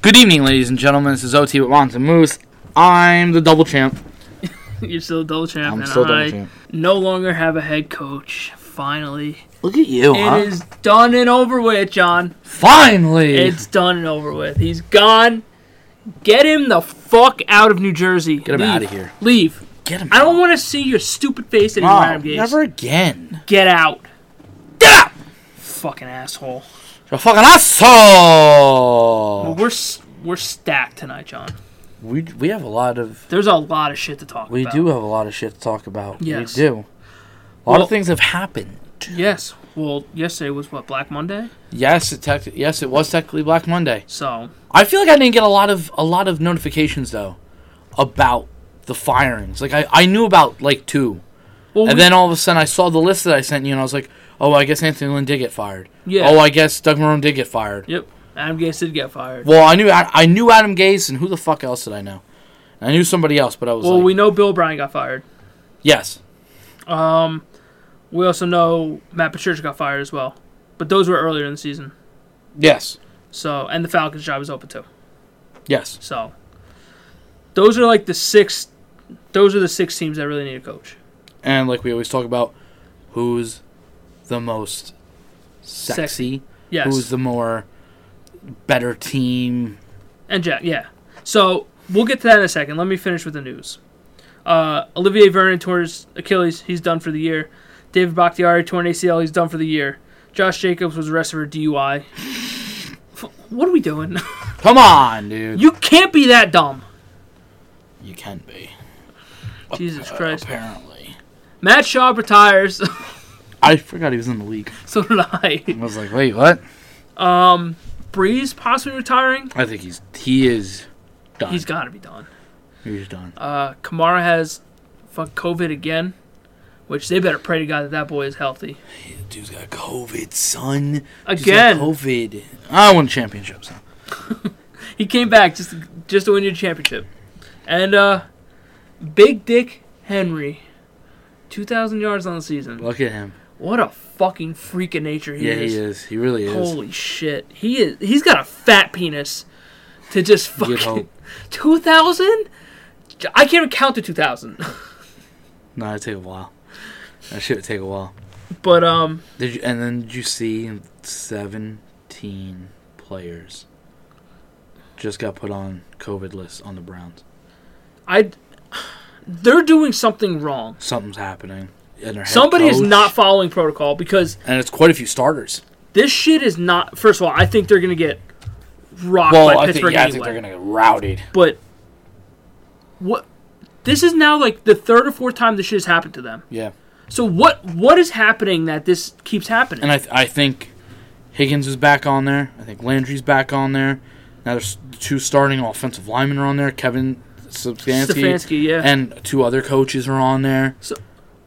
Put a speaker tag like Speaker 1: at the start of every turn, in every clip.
Speaker 1: Good evening, ladies and gentlemen. This is OT with Lons and Moose. I'm the double champ.
Speaker 2: You're still double champ,
Speaker 1: I'm
Speaker 2: and
Speaker 1: still double
Speaker 2: I
Speaker 1: champ.
Speaker 2: no longer have a head coach. Finally,
Speaker 1: Look at you, huh?
Speaker 2: it is done and over with, John.
Speaker 1: Finally!
Speaker 2: It's done and over with. He's gone. Get him the fuck out of New Jersey.
Speaker 1: Get him
Speaker 2: Leave.
Speaker 1: outta here.
Speaker 2: Leave.
Speaker 1: Get him.
Speaker 2: I don't want to see your stupid face anymore.
Speaker 1: Oh,
Speaker 2: Adam Gase.
Speaker 1: never again.
Speaker 2: Get out.
Speaker 1: Get out!
Speaker 2: Fucking asshole.
Speaker 1: You're a fucking asshole! Oh.
Speaker 2: We're s- we're stacked tonight, John.
Speaker 1: We, we have a lot of.
Speaker 2: There's a lot of shit to talk
Speaker 1: We
Speaker 2: about.
Speaker 1: do have a lot of shit to talk about.
Speaker 2: Yes.
Speaker 1: We do. A lot
Speaker 2: Well-
Speaker 1: of things have happened.
Speaker 2: Yes. Well, yesterday was what Black Monday,
Speaker 1: Yes, it tec- yes, it was technically Black Monday.
Speaker 2: so
Speaker 1: I feel like I didn't get a lot of a lot of notifications though about the firings. Like I, I knew about like two.
Speaker 2: well,
Speaker 1: And
Speaker 2: we-
Speaker 1: then all of a sudden, I saw the list that I sent you, and I was like, "Oh, I guess Anthony Lynn did get fired.
Speaker 2: Yeah.
Speaker 1: Oh, I guess Doug Marone did get fired.
Speaker 2: yep, Adam Gase did get fired.
Speaker 1: Well, I knew I, I knew Adam Gase, and who the fuck else did I know? I knew somebody else, but I was
Speaker 2: Well,
Speaker 1: like,
Speaker 2: we know Bill Bryan got fired.
Speaker 1: "Yes,
Speaker 2: We also know Matt Patricia got fired as well. But those were earlier in the season.
Speaker 1: yes,
Speaker 2: So and the Falcons job is open too.
Speaker 1: yes."
Speaker 2: So those are like the six those are the six teams that really need a coach.
Speaker 1: And like we always talk about, who's the most sexy?
Speaker 2: Yes.
Speaker 1: Who's the more better team?
Speaker 2: and Jack, yeah. So we'll get to that in a second. Let me finish with the news. Uh, Olivier Vernon tore his Achilles. He's done for the year. David Bakhtiari tore an ACL. He's done for the year. Josh Jacobs was arrested for DUI. F- what are we doing?
Speaker 1: Come on, dude.
Speaker 2: you can't be that dumb.
Speaker 1: You can be.
Speaker 2: Jesus
Speaker 1: Uh,
Speaker 2: Christ.
Speaker 1: Apparently,
Speaker 2: Matt Schaub retires.
Speaker 1: I forgot he was in the league.
Speaker 2: so did I.
Speaker 1: I was like, "Wait, what?"
Speaker 2: Breeze possibly retiring.
Speaker 1: I think he's he is done.
Speaker 2: He's got to be done.
Speaker 1: He's done.
Speaker 2: Uh, Kamara has fuck COVID again, which they better pray to God that that boy is healthy.
Speaker 1: Dude's got COVID, son. Dude's got
Speaker 2: Again.
Speaker 1: COVID. I won championships. So.
Speaker 2: He came back just to, just to win your championship, and uh, Big Dick Henry, two thousand yards on the season.
Speaker 1: Look at him.
Speaker 2: What a fucking freak of nature he
Speaker 1: yeah,
Speaker 2: is.
Speaker 1: he is. He really is.
Speaker 2: Holy shit, he is. He's got a fat penis to just fucking
Speaker 1: hope.
Speaker 2: two thousand. I can't even count to two thousand,
Speaker 1: No, it'd take a while. That shit would take a while.
Speaker 2: but um.
Speaker 1: Did you? And then did you see seventeen players just got put on COVID list on the Browns?
Speaker 2: I they're doing something wrong.
Speaker 1: Something's happening. And their head
Speaker 2: Somebody is
Speaker 1: coach-
Speaker 2: not following protocol because
Speaker 1: And it's quite a few starters.
Speaker 2: this shit is not. First of all, I think they're gonna get rocked
Speaker 1: Well,
Speaker 2: by
Speaker 1: I think,
Speaker 2: Pittsburgh
Speaker 1: yeah, I
Speaker 2: anyway.
Speaker 1: think they're gonna get routed.
Speaker 2: But what? This is now like the third or fourth time this shit has happened to them.
Speaker 1: Yeah.
Speaker 2: So what? What is happening that this keeps happening?
Speaker 1: And I, th- I think Higgins is back on there. I think Landry's back on there. Now there's two starting offensive linemen are on there. Kevin Stefanski,
Speaker 2: Stefanski, yeah.
Speaker 1: and two other coaches are on there.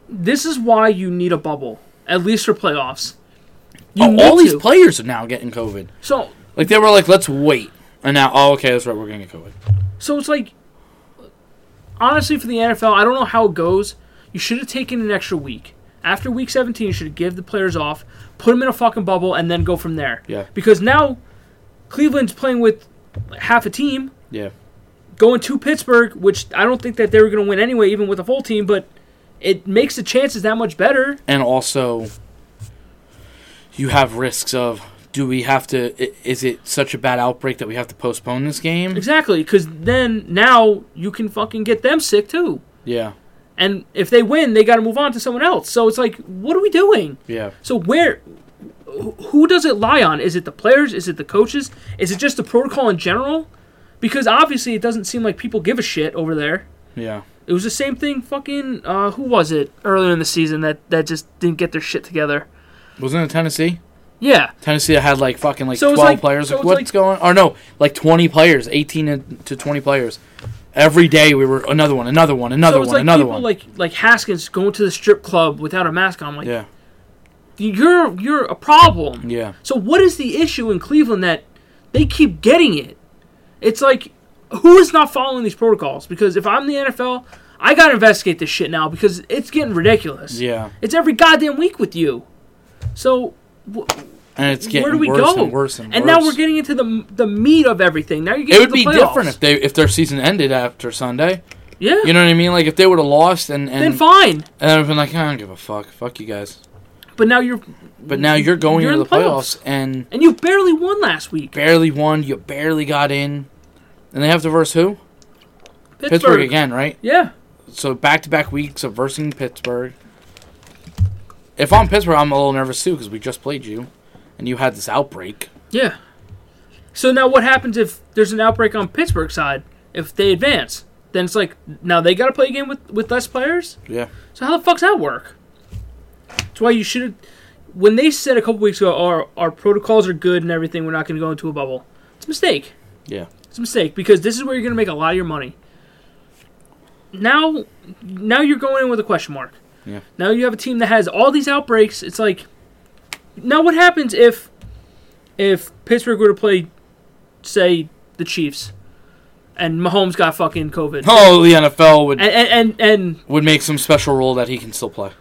Speaker 2: this is why you need a bubble, at least for playoffs. You
Speaker 1: Oh,
Speaker 2: need
Speaker 1: all these
Speaker 2: to.
Speaker 1: players are now getting COVID.
Speaker 2: so
Speaker 1: Like they were like, let's wait, and now oh okay, that's right, we're gonna get COVID.
Speaker 2: So it's like, honestly, for the NFL, I don't know how it goes. You should have taken an extra week. After week 17, you should give the players off, put them in a fucking bubble, and then go from there.
Speaker 1: Yeah.
Speaker 2: Because now Cleveland's playing with half a team,
Speaker 1: Yeah,
Speaker 2: going to Pittsburgh, which I don't think that they were going to win anyway, even with a full team, but it makes the chances that much better.
Speaker 1: and also you have risks of do we have to? i- Is it such a bad outbreak that we have to postpone this game?
Speaker 2: Exactly. Because then now you can fucking get them sick too.
Speaker 1: Yeah,
Speaker 2: And if they win, they got to move on to someone else. So it's like, what are we doing?
Speaker 1: yeah.
Speaker 2: So where, wh- who does it lie on? Is it the players? Is it the coaches? Is it just the protocol in general? Because obviously it doesn't seem like people give a shit over there.
Speaker 1: Yeah.
Speaker 2: It was the same thing. Fucking uh, who was it earlier in the season that that just didn't get their shit together?
Speaker 1: Wasn't it Tennessee?
Speaker 2: Yeah,
Speaker 1: Tennessee had like fucking like
Speaker 2: So it's
Speaker 1: twelve
Speaker 2: like-
Speaker 1: players.
Speaker 2: so
Speaker 1: like,
Speaker 2: it's
Speaker 1: what's
Speaker 2: like-
Speaker 1: going? Or no, like twenty players, eighteen and- to twenty players. Every day we were another one, another one, another
Speaker 2: so it's
Speaker 1: one,
Speaker 2: like
Speaker 1: another
Speaker 2: people
Speaker 1: one.
Speaker 2: like like Haskins going to the strip club without a mask on. I'm like,
Speaker 1: yeah,
Speaker 2: you're you're a problem.
Speaker 1: yeah,
Speaker 2: So what is the issue in Cleveland that they keep getting it? It's like who is not following these protocols? Because if I'm the NFL, I gotta investigate this shit now because it's getting ridiculous.
Speaker 1: yeah.
Speaker 2: It's every goddamn week with you. So wh-
Speaker 1: and it's getting
Speaker 2: where do we
Speaker 1: worse
Speaker 2: go?
Speaker 1: and worse and,
Speaker 2: And
Speaker 1: worse.
Speaker 2: now we're getting into the the meat of everything. Now you're getting
Speaker 1: It would be
Speaker 2: to the playoffs.
Speaker 1: different if they if their season ended after Sunday.
Speaker 2: yeah.
Speaker 1: You know what I mean? Like if they would have lost and and
Speaker 2: then fine.
Speaker 1: and I've been like, I don't give a fuck. Fuck you guys.
Speaker 2: But now you're
Speaker 1: But now you're going
Speaker 2: You're in
Speaker 1: into
Speaker 2: the
Speaker 1: the
Speaker 2: playoffs.
Speaker 1: playoffs. and
Speaker 2: and you barely won last week.
Speaker 1: barely won. You barely got in, and they have to verse who?
Speaker 2: Pittsburgh,
Speaker 1: Pittsburgh, again, right?
Speaker 2: Yeah.
Speaker 1: So back to back weeks of versing Pittsburgh. If I'm Pittsburgh, I'm a little nervous too because we just played you, and you had this outbreak.
Speaker 2: Yeah. So now what happens if there's an outbreak on Pittsburgh side? If they advance, then it's like now they got to play a game with with less players.
Speaker 1: Yeah.
Speaker 2: So how the fuck's that work? That's why you should. When they said a couple weeks ago, our our protocols are good and everything, we're not going to go into a bubble. It's a mistake.
Speaker 1: Yeah.
Speaker 2: It's a mistake because this is where you're going to make a lot of your money. Now, now you're going in with a question mark.
Speaker 1: Yeah.
Speaker 2: Now you have a team that has all these outbreaks. It's like, now what happens if, if Pittsburgh were to play, say, the Chiefs, and Mahomes got fucking COVID,
Speaker 1: Oh, the NFL would
Speaker 2: and, and and and
Speaker 1: would make some special rule that he can still play.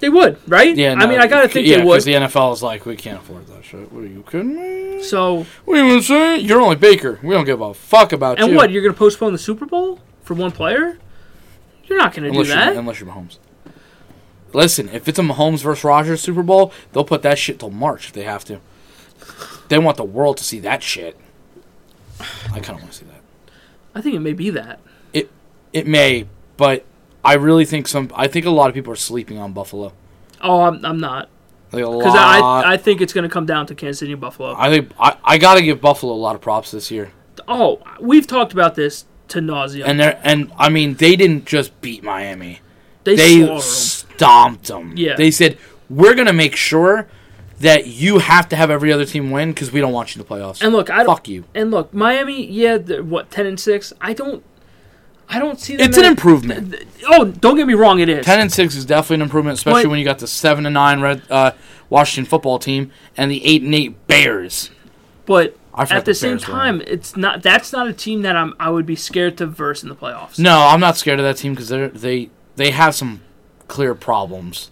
Speaker 2: they would, right?
Speaker 1: Yeah.
Speaker 2: I mean,
Speaker 1: no,
Speaker 2: I gotta think
Speaker 1: yeah,
Speaker 2: they would.
Speaker 1: the NFL is like, we can't afford that shit. What are you kidding me?
Speaker 2: so,
Speaker 1: What do you even say? You're only Baker. We don't give a fuck about
Speaker 2: and
Speaker 1: you.
Speaker 2: what? You're gonna postpone the Super Bowl for one player? You're not gonna
Speaker 1: unless
Speaker 2: do
Speaker 1: you're,
Speaker 2: that.
Speaker 1: unless you're Mahomes. Listen, if it's a Mahomes versus Rogers Super Bowl, they'll put that shit till March if they have to. They want the world to see that shit. I kind of want to see that.
Speaker 2: I think it may be that.
Speaker 1: It it may, but I really think some. I think a lot of people are sleeping on Buffalo.
Speaker 2: Oh, I'm, I'm not.
Speaker 1: Like a
Speaker 2: Because
Speaker 1: lot.
Speaker 2: I,
Speaker 1: I,
Speaker 2: I think it's going to come down to Kansas City and Buffalo.
Speaker 1: think I, I gotta give Buffalo a lot of props this year.
Speaker 2: oh, we've talked about this to nausea.
Speaker 1: And they are and I mean they didn't just beat Miami.
Speaker 2: they
Speaker 1: they
Speaker 2: slaughter 'em.
Speaker 1: stomped them.
Speaker 2: Yeah.
Speaker 1: They said, we're going to make sure that you have to have every other team win because we don't want you in the playoffs.
Speaker 2: And look, I don't,
Speaker 1: Fuck you.
Speaker 2: and look, Miami. Yeah, they're, what ten and six? I don't. I don't see. Them
Speaker 1: It's an
Speaker 2: as-
Speaker 1: improvement.
Speaker 2: Oh, don't get me wrong. It is.
Speaker 1: 10 and 6 is definitely an improvement, especially
Speaker 2: But-
Speaker 1: when you got the 7 and 9 red uh, Washington football team and the 8 and 8 Bears.
Speaker 2: but
Speaker 1: I forgot
Speaker 2: at the
Speaker 1: the
Speaker 2: same
Speaker 1: Bears were in.
Speaker 2: time, it's not. That's not a team that I'm. I would be scared to verse in the playoffs.
Speaker 1: No, I'm not scared of that team because they they have some clear problems.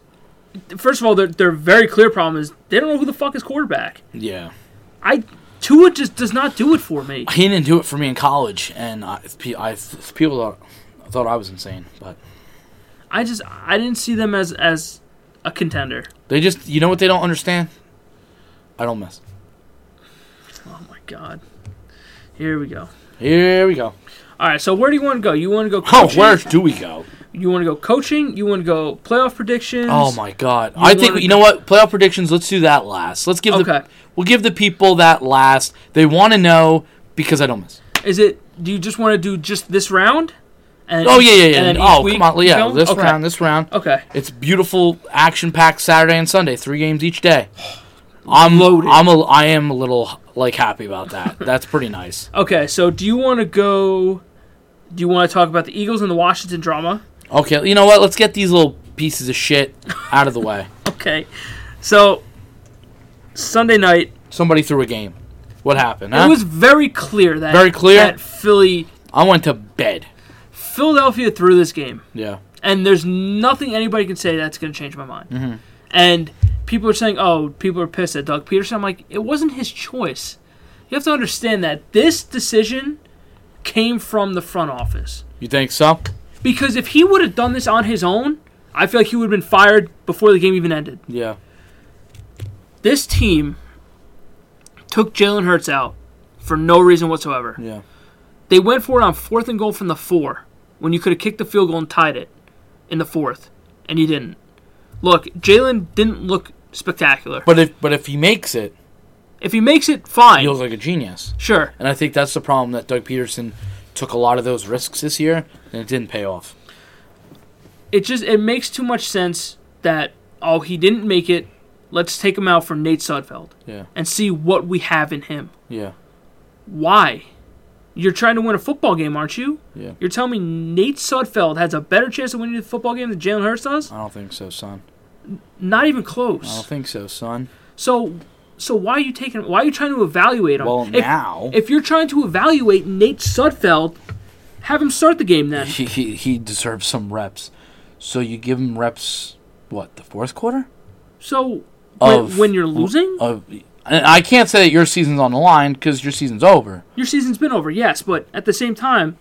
Speaker 2: First of all, their their very clear problem is they don't know who the fuck is quarterback.
Speaker 1: Yeah.
Speaker 2: I Tua just does not do it for me.
Speaker 1: He didn't do it for me in college, and I, pe- I people thought, thought I was insane, but
Speaker 2: I just I didn't see them as as a contender.
Speaker 1: they just, you know what they don't understand? I don't miss.
Speaker 2: Oh my god. Here we go.
Speaker 1: Here we go.
Speaker 2: All right, so where do you want to go? You want to go
Speaker 1: Oh,
Speaker 2: coaching?
Speaker 1: where do we go?
Speaker 2: You want to go coaching? You want to go playoff predictions?
Speaker 1: Oh my god! I think
Speaker 2: wanna-
Speaker 1: you know what playoff predictions. Let's do that last. Let's give
Speaker 2: Okay.
Speaker 1: the we'll give the people that last. They want to know because I don't miss.
Speaker 2: Is it? Do you just want to do just this round? And,
Speaker 1: Oh yeah, yeah, yeah.
Speaker 2: then
Speaker 1: oh
Speaker 2: each
Speaker 1: come on,
Speaker 2: week
Speaker 1: yeah.
Speaker 2: you go?
Speaker 1: This
Speaker 2: okay.
Speaker 1: round, this round.
Speaker 2: Okay.
Speaker 1: It's beautiful, action-packed Saturday and Sunday, three games each day. I'm loaded. I'm a, I am a little like happy about that. That's pretty nice.
Speaker 2: Okay. So do you want to go? Do you want to talk about the Eagles and the Washington drama?
Speaker 1: Okay, you know what? Let's get these little pieces of shit out of the way.
Speaker 2: Okay. So Sunday night,
Speaker 1: Somebody threw a game. What happened? Huh?
Speaker 2: it was very clear that
Speaker 1: Very clear?
Speaker 2: that Philly
Speaker 1: I went to bed.
Speaker 2: Philadelphia threw this game.
Speaker 1: Yeah.
Speaker 2: and there's nothing anybody can say that's going to change my mind. And people are saying, "Oh, people are pissed at Doug Peterson." I'm like, it wasn't his choice. You have to understand that this decision came from the front office
Speaker 1: You think so?
Speaker 2: because if he would have done this on his own, I feel like he would have been fired before the game even ended.
Speaker 1: Yeah.
Speaker 2: This team took Jalen Hurts out for no reason whatsoever.
Speaker 1: Yeah.
Speaker 2: They went for it on fourth and goal from the four when you could have kicked the field goal and tied it in the fourth, and you didn't. Look, Jalen didn't look spectacular.
Speaker 1: But if but if he makes it,
Speaker 2: If he makes it,
Speaker 1: he
Speaker 2: fine.
Speaker 1: looks like a genius.
Speaker 2: Sure.
Speaker 1: And I think that's the problem that Doug Peterson took a lot of those risks this year, and it didn't pay off.
Speaker 2: It just it makes too much sense that oh he didn't make it. Let's take him out for Nate Sudfeld
Speaker 1: Yeah.
Speaker 2: and see what we have in him.
Speaker 1: Yeah.
Speaker 2: Why? You're trying to win a football game, aren't you?
Speaker 1: Yeah.
Speaker 2: You're telling me Nate Sudfeld has a better chance of winning the football game than Jalen Hurts does?
Speaker 1: I don't think so, son.
Speaker 2: Not even
Speaker 1: I
Speaker 2: close.
Speaker 1: don't think so, son.
Speaker 2: So, so why are you taking? Why are you trying to evaluate him?
Speaker 1: Well,
Speaker 2: if,
Speaker 1: now
Speaker 2: if you're trying to evaluate Nate Sudfeld, have him start the game then.
Speaker 1: he, he he deserves some reps. So you give him reps what, the fourth quarter?
Speaker 2: So When,
Speaker 1: Of-
Speaker 2: when you're losing,
Speaker 1: Of, Uh, and I can't say that your season's on the line because your season's over.
Speaker 2: your season's been over, yes, but at the same time,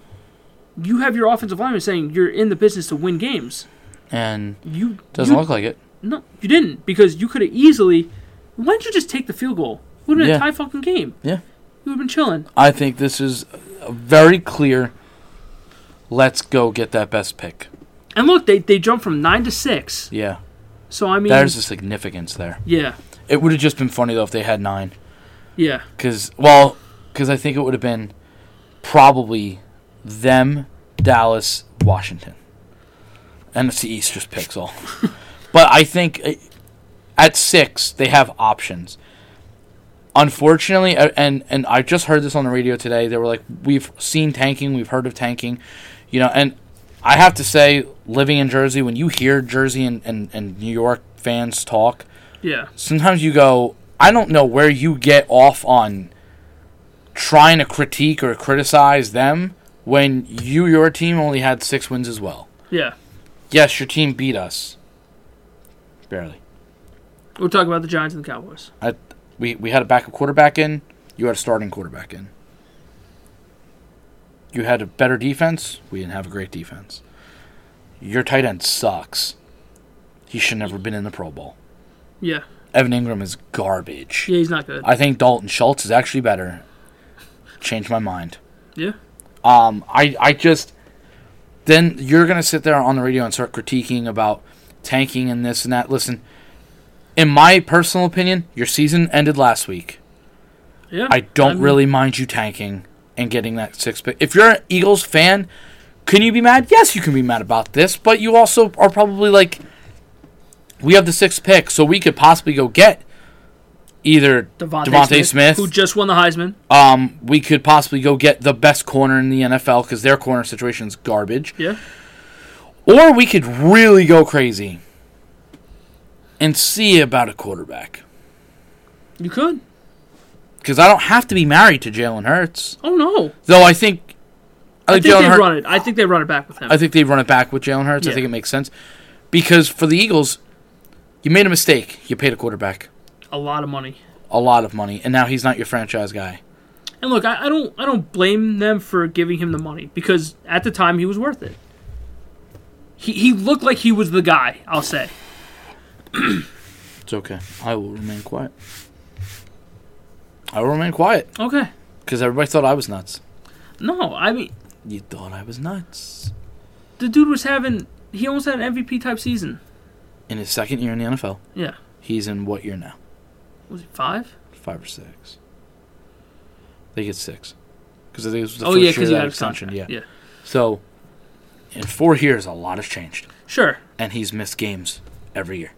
Speaker 2: you have your offensive lineman saying you're in the business to win games.
Speaker 1: And
Speaker 2: You
Speaker 1: doesn't
Speaker 2: you-
Speaker 1: look like it.
Speaker 2: No, you didn't because you could have easily. Why don't you just take the field goal? Would have been
Speaker 1: Yeah.
Speaker 2: a tie fucking game.
Speaker 1: Yeah.
Speaker 2: You would have been chilling.
Speaker 1: I think this is a very clear. Let's go get that best pick.
Speaker 2: And look, they they jumped from nine to six.
Speaker 1: Yeah,
Speaker 2: So I mean,
Speaker 1: there's a significance there.
Speaker 2: yeah,
Speaker 1: It would have just been funny though if they had nine,
Speaker 2: yeah,
Speaker 1: because well, because I think it would have been probably them, Dallas, Washington, NFC East just picks all. but I think uh, at six they have options. Unfortunately, a- and and I just heard this on the radio today. They were like, "We've seen tanking, we've heard of tanking," you know. And I have to say, living in Jersey, when you hear Jersey and, and, and New York fans talk,
Speaker 2: yeah,
Speaker 1: sometimes you go, I don't know where you get off on trying to critique or criticize them when you, your team, only had six wins as well.
Speaker 2: yeah.
Speaker 1: Yes, your team beat us. Barely.
Speaker 2: We're talking about the Giants and the Cowboys.
Speaker 1: I, we, we had a backup quarterback in. You had a starting quarterback in. You had a better defense. We didn't have a great defense. Your tight end sucks. He should never have been in the Pro Bowl.
Speaker 2: Yeah,
Speaker 1: Evan Ingram is garbage.
Speaker 2: yeah, he's not good.
Speaker 1: I think Dalton Schultz is actually better. Changed my mind.
Speaker 2: yeah,
Speaker 1: Um, I, I just then you're gonna sit there on the radio and start critiquing about tanking and this and that. Listen, in my personal opinion, your season ended last week.
Speaker 2: yeah.
Speaker 1: I don't
Speaker 2: mean,
Speaker 1: really mind you tanking and getting that six pick. If you're an Eagles fan, can you be mad? Yes, you can be mad about this, but you also are probably like, we have the sixth pick, so we could possibly go get either
Speaker 2: Devontae,
Speaker 1: Devontae,
Speaker 2: Smith,
Speaker 1: Smith
Speaker 2: who just won the Heisman.
Speaker 1: um, we could possibly go get the best corner in the NFL because their corner situation is garbage.
Speaker 2: Yeah,
Speaker 1: Or we could really go crazy and see about a quarterback.
Speaker 2: you could.
Speaker 1: Because I don't have to be married to Jalen Hurts.
Speaker 2: Oh no,
Speaker 1: Though I think. I
Speaker 2: I
Speaker 1: think,
Speaker 2: think
Speaker 1: Jalen
Speaker 2: they
Speaker 1: Hur-
Speaker 2: run it. I think they run it back with him.
Speaker 1: I think they run it back with Jalen Hurts.
Speaker 2: Yeah.
Speaker 1: I think it makes sense. Because for the Eagles, you made a mistake. You paid a quarterback
Speaker 2: a lot of money.
Speaker 1: a lot of money, and now he's not your franchise guy.
Speaker 2: And look, I, I don't I don't blame them for giving him the money because at the time he was worth it. He he looked like he was the guy, I'll say.
Speaker 1: It's okay. I will remain quiet. I will remain quiet
Speaker 2: Okay.
Speaker 1: because everybody thought I was nuts.
Speaker 2: No, I mean
Speaker 1: You thought I was nuts.
Speaker 2: the dude was having he almost had an MVP type season.
Speaker 1: In his second year in the NFL,
Speaker 2: Yeah.
Speaker 1: he's in what year now?
Speaker 2: Was he five?
Speaker 1: Five or six? They get six. Because I think it was the
Speaker 2: oh
Speaker 1: first
Speaker 2: yeah,
Speaker 1: year of
Speaker 2: because he
Speaker 1: that
Speaker 2: had
Speaker 1: extension.
Speaker 2: extension.
Speaker 1: Yeah.
Speaker 2: Yeah.
Speaker 1: So, in four years, a lot has changed,
Speaker 2: Sure.
Speaker 1: and he's missed games every year,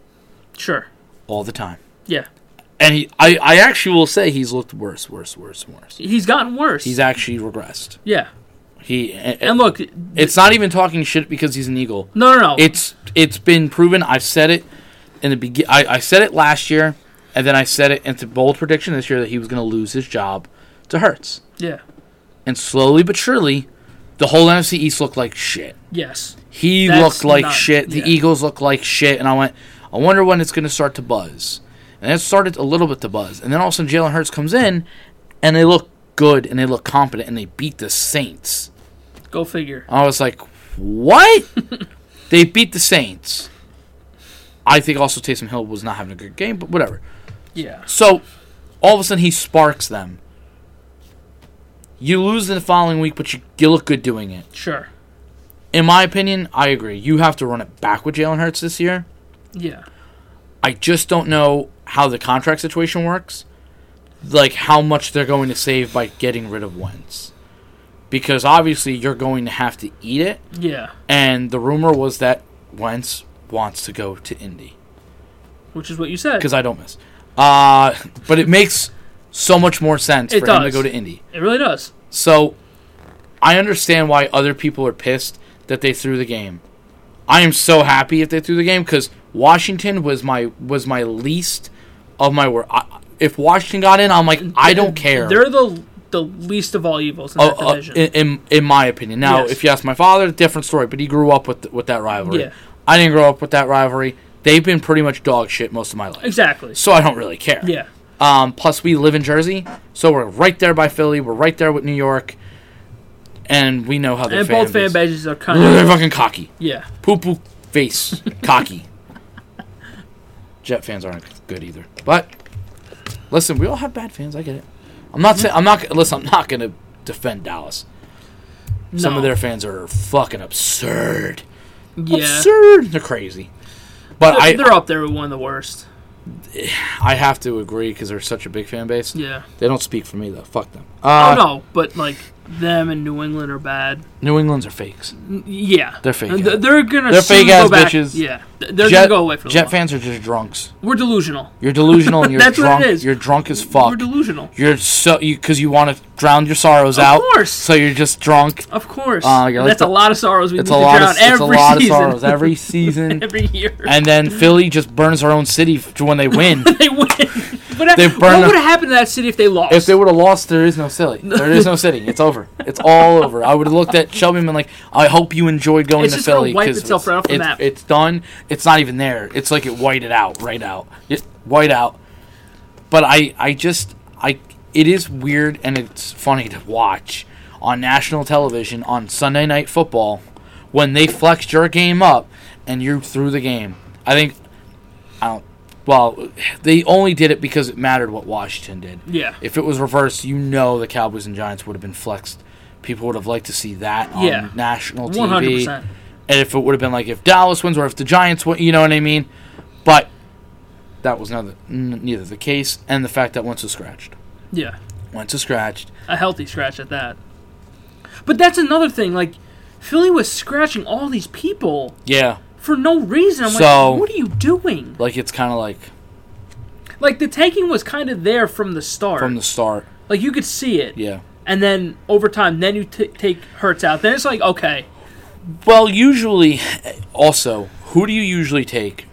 Speaker 2: Sure.
Speaker 1: all the time.
Speaker 2: Yeah.
Speaker 1: And he, I, I actually will say he's looked worse, worse, worse, worse.
Speaker 2: He's gotten worse.
Speaker 1: He's actually regressed.
Speaker 2: yeah.
Speaker 1: He and,
Speaker 2: And look, th-
Speaker 1: it's not even talking shit because he's an Eagle.
Speaker 2: no no no.
Speaker 1: It's it's been proven. I've said it in the begin. I, I said it last year, and then I said it into bold prediction this year that he was going to lose his job to Hertz.
Speaker 2: yeah.
Speaker 1: And slowly but surely, the whole NFC East looked like shit.
Speaker 2: Yes.
Speaker 1: He
Speaker 2: That's
Speaker 1: looked like
Speaker 2: not-
Speaker 1: shit. The
Speaker 2: yeah.
Speaker 1: Eagles looked like shit. And I went, I wonder when it's going to start to buzz. And it started a little bit to buzz. And then all of a sudden, Jalen Hurts comes in, and they look good and they look competent and they beat the Saints.
Speaker 2: Go figure.
Speaker 1: I was like, what? they beat the Saints. I think also Taysom Hill was not having a good game, but whatever.
Speaker 2: Yeah.
Speaker 1: So all of a sudden he sparks them. You lose in the following week, but you, you look good doing it.
Speaker 2: Sure.
Speaker 1: In my opinion, I agree. You have to run it back with Jalen Hurts this year.
Speaker 2: Yeah.
Speaker 1: I just don't know how the contract situation works, like how much they're going to save by getting rid of Wentz. Because obviously you're going to have to eat it.
Speaker 2: Yeah.
Speaker 1: And the rumor was that Wentz wants to go to Indy
Speaker 2: Which is what you said.
Speaker 1: because I don't miss. Uh, but it makes so much more sense
Speaker 2: It
Speaker 1: for him to
Speaker 2: does.
Speaker 1: go to Indy.
Speaker 2: It really does.
Speaker 1: So I understand why other people are pissed that they threw the game. I am so happy if they threw the game because Washington was my was my least of my work. If Washington got in, I'm like I don't care.
Speaker 2: They're the the least of all evils in
Speaker 1: Uh,
Speaker 2: that
Speaker 1: uh,
Speaker 2: division.
Speaker 1: in, in in my opinion. Now,
Speaker 2: Yes.
Speaker 1: if you ask my father, different story. But he grew up with with that rivalry.
Speaker 2: Yeah.
Speaker 1: I didn't grow up with that rivalry. They've been pretty much dog shit most of my life,
Speaker 2: Exactly.
Speaker 1: so I don't really care.
Speaker 2: Yeah.
Speaker 1: Um, plus, we live in Jersey, so we're right there by Philly. We're right there with New York, and we know how they're.
Speaker 2: and both fan
Speaker 1: base.
Speaker 2: bases are kind
Speaker 1: They're
Speaker 2: of
Speaker 1: fucking cocky,
Speaker 2: yeah.
Speaker 1: poo poo face, cocky. Jet fans aren't good either, but listen, we all have bad fans. I get it. I'm not saying I'm not. Listen, I'm not gonna defend Dallas. Some
Speaker 2: No.
Speaker 1: of their fans are fucking absurd.
Speaker 2: yeah.
Speaker 1: Absurd. They're crazy. But
Speaker 2: They're,
Speaker 1: I,
Speaker 2: they're up there with one of the worst.
Speaker 1: I have to agree because they're such a big fan base.
Speaker 2: Yeah. Oh,
Speaker 1: They don't speak for me though. Fuck them.
Speaker 2: I
Speaker 1: Uh,
Speaker 2: don't know, but like them and New England are bad.
Speaker 1: New England's are fakes.
Speaker 2: N- Yeah,
Speaker 1: They're fake
Speaker 2: And
Speaker 1: ass-
Speaker 2: th- They're gonna.
Speaker 1: they're
Speaker 2: soon
Speaker 1: fake
Speaker 2: go
Speaker 1: ass
Speaker 2: back-
Speaker 1: bitches.
Speaker 2: Yeah, Th- they're
Speaker 1: Jet,
Speaker 2: gonna go away for a
Speaker 1: Jet
Speaker 2: little
Speaker 1: fans are just drunks.
Speaker 2: while. We're delusional.
Speaker 1: You're delusional and you're
Speaker 2: That's what it
Speaker 1: drunk.
Speaker 2: is.
Speaker 1: You're drunk as
Speaker 2: We're
Speaker 1: fuck.
Speaker 2: delusional.
Speaker 1: you're so you because you want to drown your sorrows
Speaker 2: Of
Speaker 1: out.
Speaker 2: course.
Speaker 1: So you're just drunk.
Speaker 2: Of course.
Speaker 1: Uh, you're
Speaker 2: And
Speaker 1: like
Speaker 2: that's
Speaker 1: the-
Speaker 2: a lot of sorrows we
Speaker 1: It's
Speaker 2: need
Speaker 1: a
Speaker 2: to
Speaker 1: lot
Speaker 2: drown
Speaker 1: of it's a
Speaker 2: every
Speaker 1: lot
Speaker 2: season.
Speaker 1: of sorrows every season.
Speaker 2: every year.
Speaker 1: and then Philly just burns their own city f- when they win.
Speaker 2: they win. But
Speaker 1: They
Speaker 2: what
Speaker 1: burn
Speaker 2: would
Speaker 1: the-
Speaker 2: have happened to that city if they lost?
Speaker 1: If they would have lost, there is no silly. There is no city. It's over. It's all over. I would have looked at Shelby and been like, I hope you enjoyed going
Speaker 2: It's
Speaker 1: to
Speaker 2: just gonna
Speaker 1: Philly.
Speaker 2: wipe
Speaker 1: 'cause
Speaker 2: itself
Speaker 1: it's,
Speaker 2: right off the
Speaker 1: it's-
Speaker 2: map.
Speaker 1: It's done. It's not even there. It's like it whited out, right out. Just white out. But I, I just, I, it is weird and it's funny to watch on national television on Sunday Night Football when they flexed your game up and you threw the game. I think, I don't, well, they only did it because it mattered what Washington did.
Speaker 2: yeah,
Speaker 1: If it was reversed, you know the Cowboys and Giants would have been flexed. People would have liked to see that on
Speaker 2: Yeah.
Speaker 1: national
Speaker 2: one hundred
Speaker 1: TV.
Speaker 2: percent.
Speaker 1: And if it would have been like if Dallas wins or if the Giants win, you know what I mean? But that was neither, n- neither the case. And the fact that Wentz was scratched.
Speaker 2: Yeah,
Speaker 1: Wentz was scratched.
Speaker 2: a healthy scratch at that. But that's another thing. Like Philly was scratching all these people
Speaker 1: Yeah.
Speaker 2: for no reason. I'm
Speaker 1: So-
Speaker 2: like, what are you doing?
Speaker 1: Like it's kind of like
Speaker 2: Like the tanking was kind of there from the start.
Speaker 1: from the start.
Speaker 2: like you could see it.
Speaker 1: Yeah.
Speaker 2: And then over time, then you t- take Hurts out. Then it's like okay,
Speaker 1: Well, usually, also, who do you usually take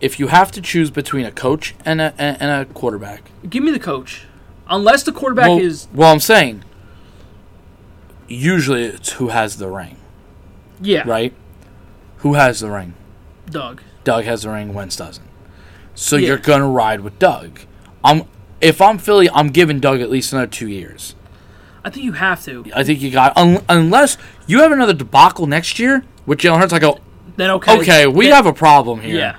Speaker 1: if you have to choose between a coach and a, and and a quarterback?
Speaker 2: give me the coach, unless the quarterback
Speaker 1: well,
Speaker 2: is
Speaker 1: well, I'm saying usually it's who has the ring,
Speaker 2: yeah,
Speaker 1: right? Who has the ring?
Speaker 2: Doug.
Speaker 1: Doug has the ring. Wentz doesn't. So
Speaker 2: Yeah.
Speaker 1: you're gonna ride with Doug. I'm if I'm Philly, I'm giving Doug at least another two years.
Speaker 2: I think you have to.
Speaker 1: I think you got un- unless you have another debacle next year with Jalen Hurts. I go
Speaker 2: Then okay,
Speaker 1: okay, we
Speaker 2: then-
Speaker 1: have a problem here
Speaker 2: yeah,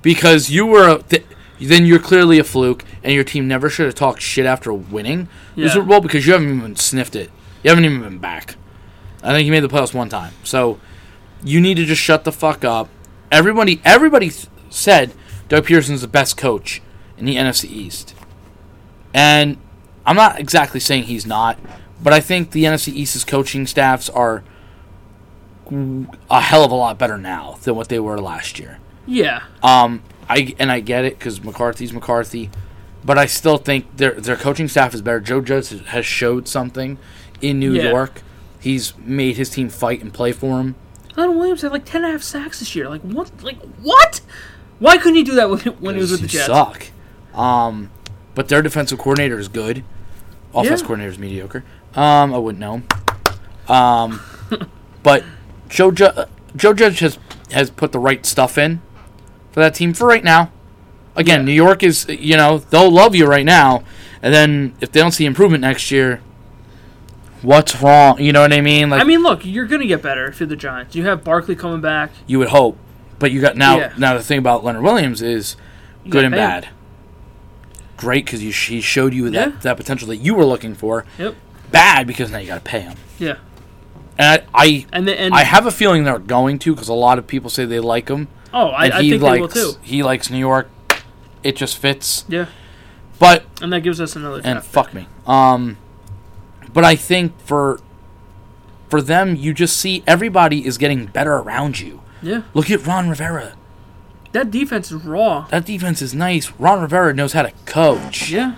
Speaker 1: because you were a, th- then you're clearly a fluke, and your team never should have talked shit after winning the
Speaker 2: Yeah.
Speaker 1: Super Bowl because you haven't even sniffed it. You haven't even been back. I think you made the playoffs one time, so you need to just shut the fuck up. Everybody, everybody s- said Doug Peterson's the best coach in the NFC East, and I'm not exactly saying he's not, but I think the NFC East's coaching staffs are a hell of a lot better now than what they were last year.
Speaker 2: yeah.
Speaker 1: Um, I and I get it because McCarthy's McCarthy, but I still think their their coaching staff is better. Joe Judge has- has showed something in New
Speaker 2: Yeah.
Speaker 1: York. He's made his team fight and play for him.
Speaker 2: Leonard Williams had like ten and a half sacks this year. Like what? Like what? Why couldn't he do that when, when he was with the
Speaker 1: You
Speaker 2: Jets?
Speaker 1: Suck. Um, but their defensive coordinator is good. Offense
Speaker 2: Yeah.
Speaker 1: coordinator is mediocre. Um, I wouldn't know. Um, but Joe Ju- uh, Joe Judge has has put the right stuff in for that team for right now. Again,
Speaker 2: Yeah.
Speaker 1: New York is you know they'll love you right now, and then if they don't see improvement next year, what's wrong? You know what I mean? Like
Speaker 2: I mean, look, you're gonna get better if you're the Giants. You have Barkley coming back.
Speaker 1: you would hope, but you got now.
Speaker 2: Yeah.
Speaker 1: Now the thing about Leonard Williams is
Speaker 2: You
Speaker 1: good
Speaker 2: got
Speaker 1: and
Speaker 2: Bam.
Speaker 1: bad. Great because he showed you that,
Speaker 2: Yeah.
Speaker 1: that potential that you were looking for.
Speaker 2: Yep.
Speaker 1: Bad because now you got to pay him.
Speaker 2: Yeah.
Speaker 1: And I,
Speaker 2: And then and
Speaker 1: I, I have a feeling they're going to because a lot of people say they like him.
Speaker 2: oh, I,
Speaker 1: And
Speaker 2: I
Speaker 1: he
Speaker 2: think
Speaker 1: likes
Speaker 2: they will too.
Speaker 1: he likes New York. It just fits.
Speaker 2: Yeah.
Speaker 1: But
Speaker 2: And that gives us another.
Speaker 1: and
Speaker 2: draft pick.
Speaker 1: fuck me. Um, but I think for for them, you just see everybody is getting better around you.
Speaker 2: Yeah.
Speaker 1: Look at Ron Rivera.
Speaker 2: That defense is raw.
Speaker 1: That defense is nice. Ron Rivera knows how to coach.
Speaker 2: Yeah.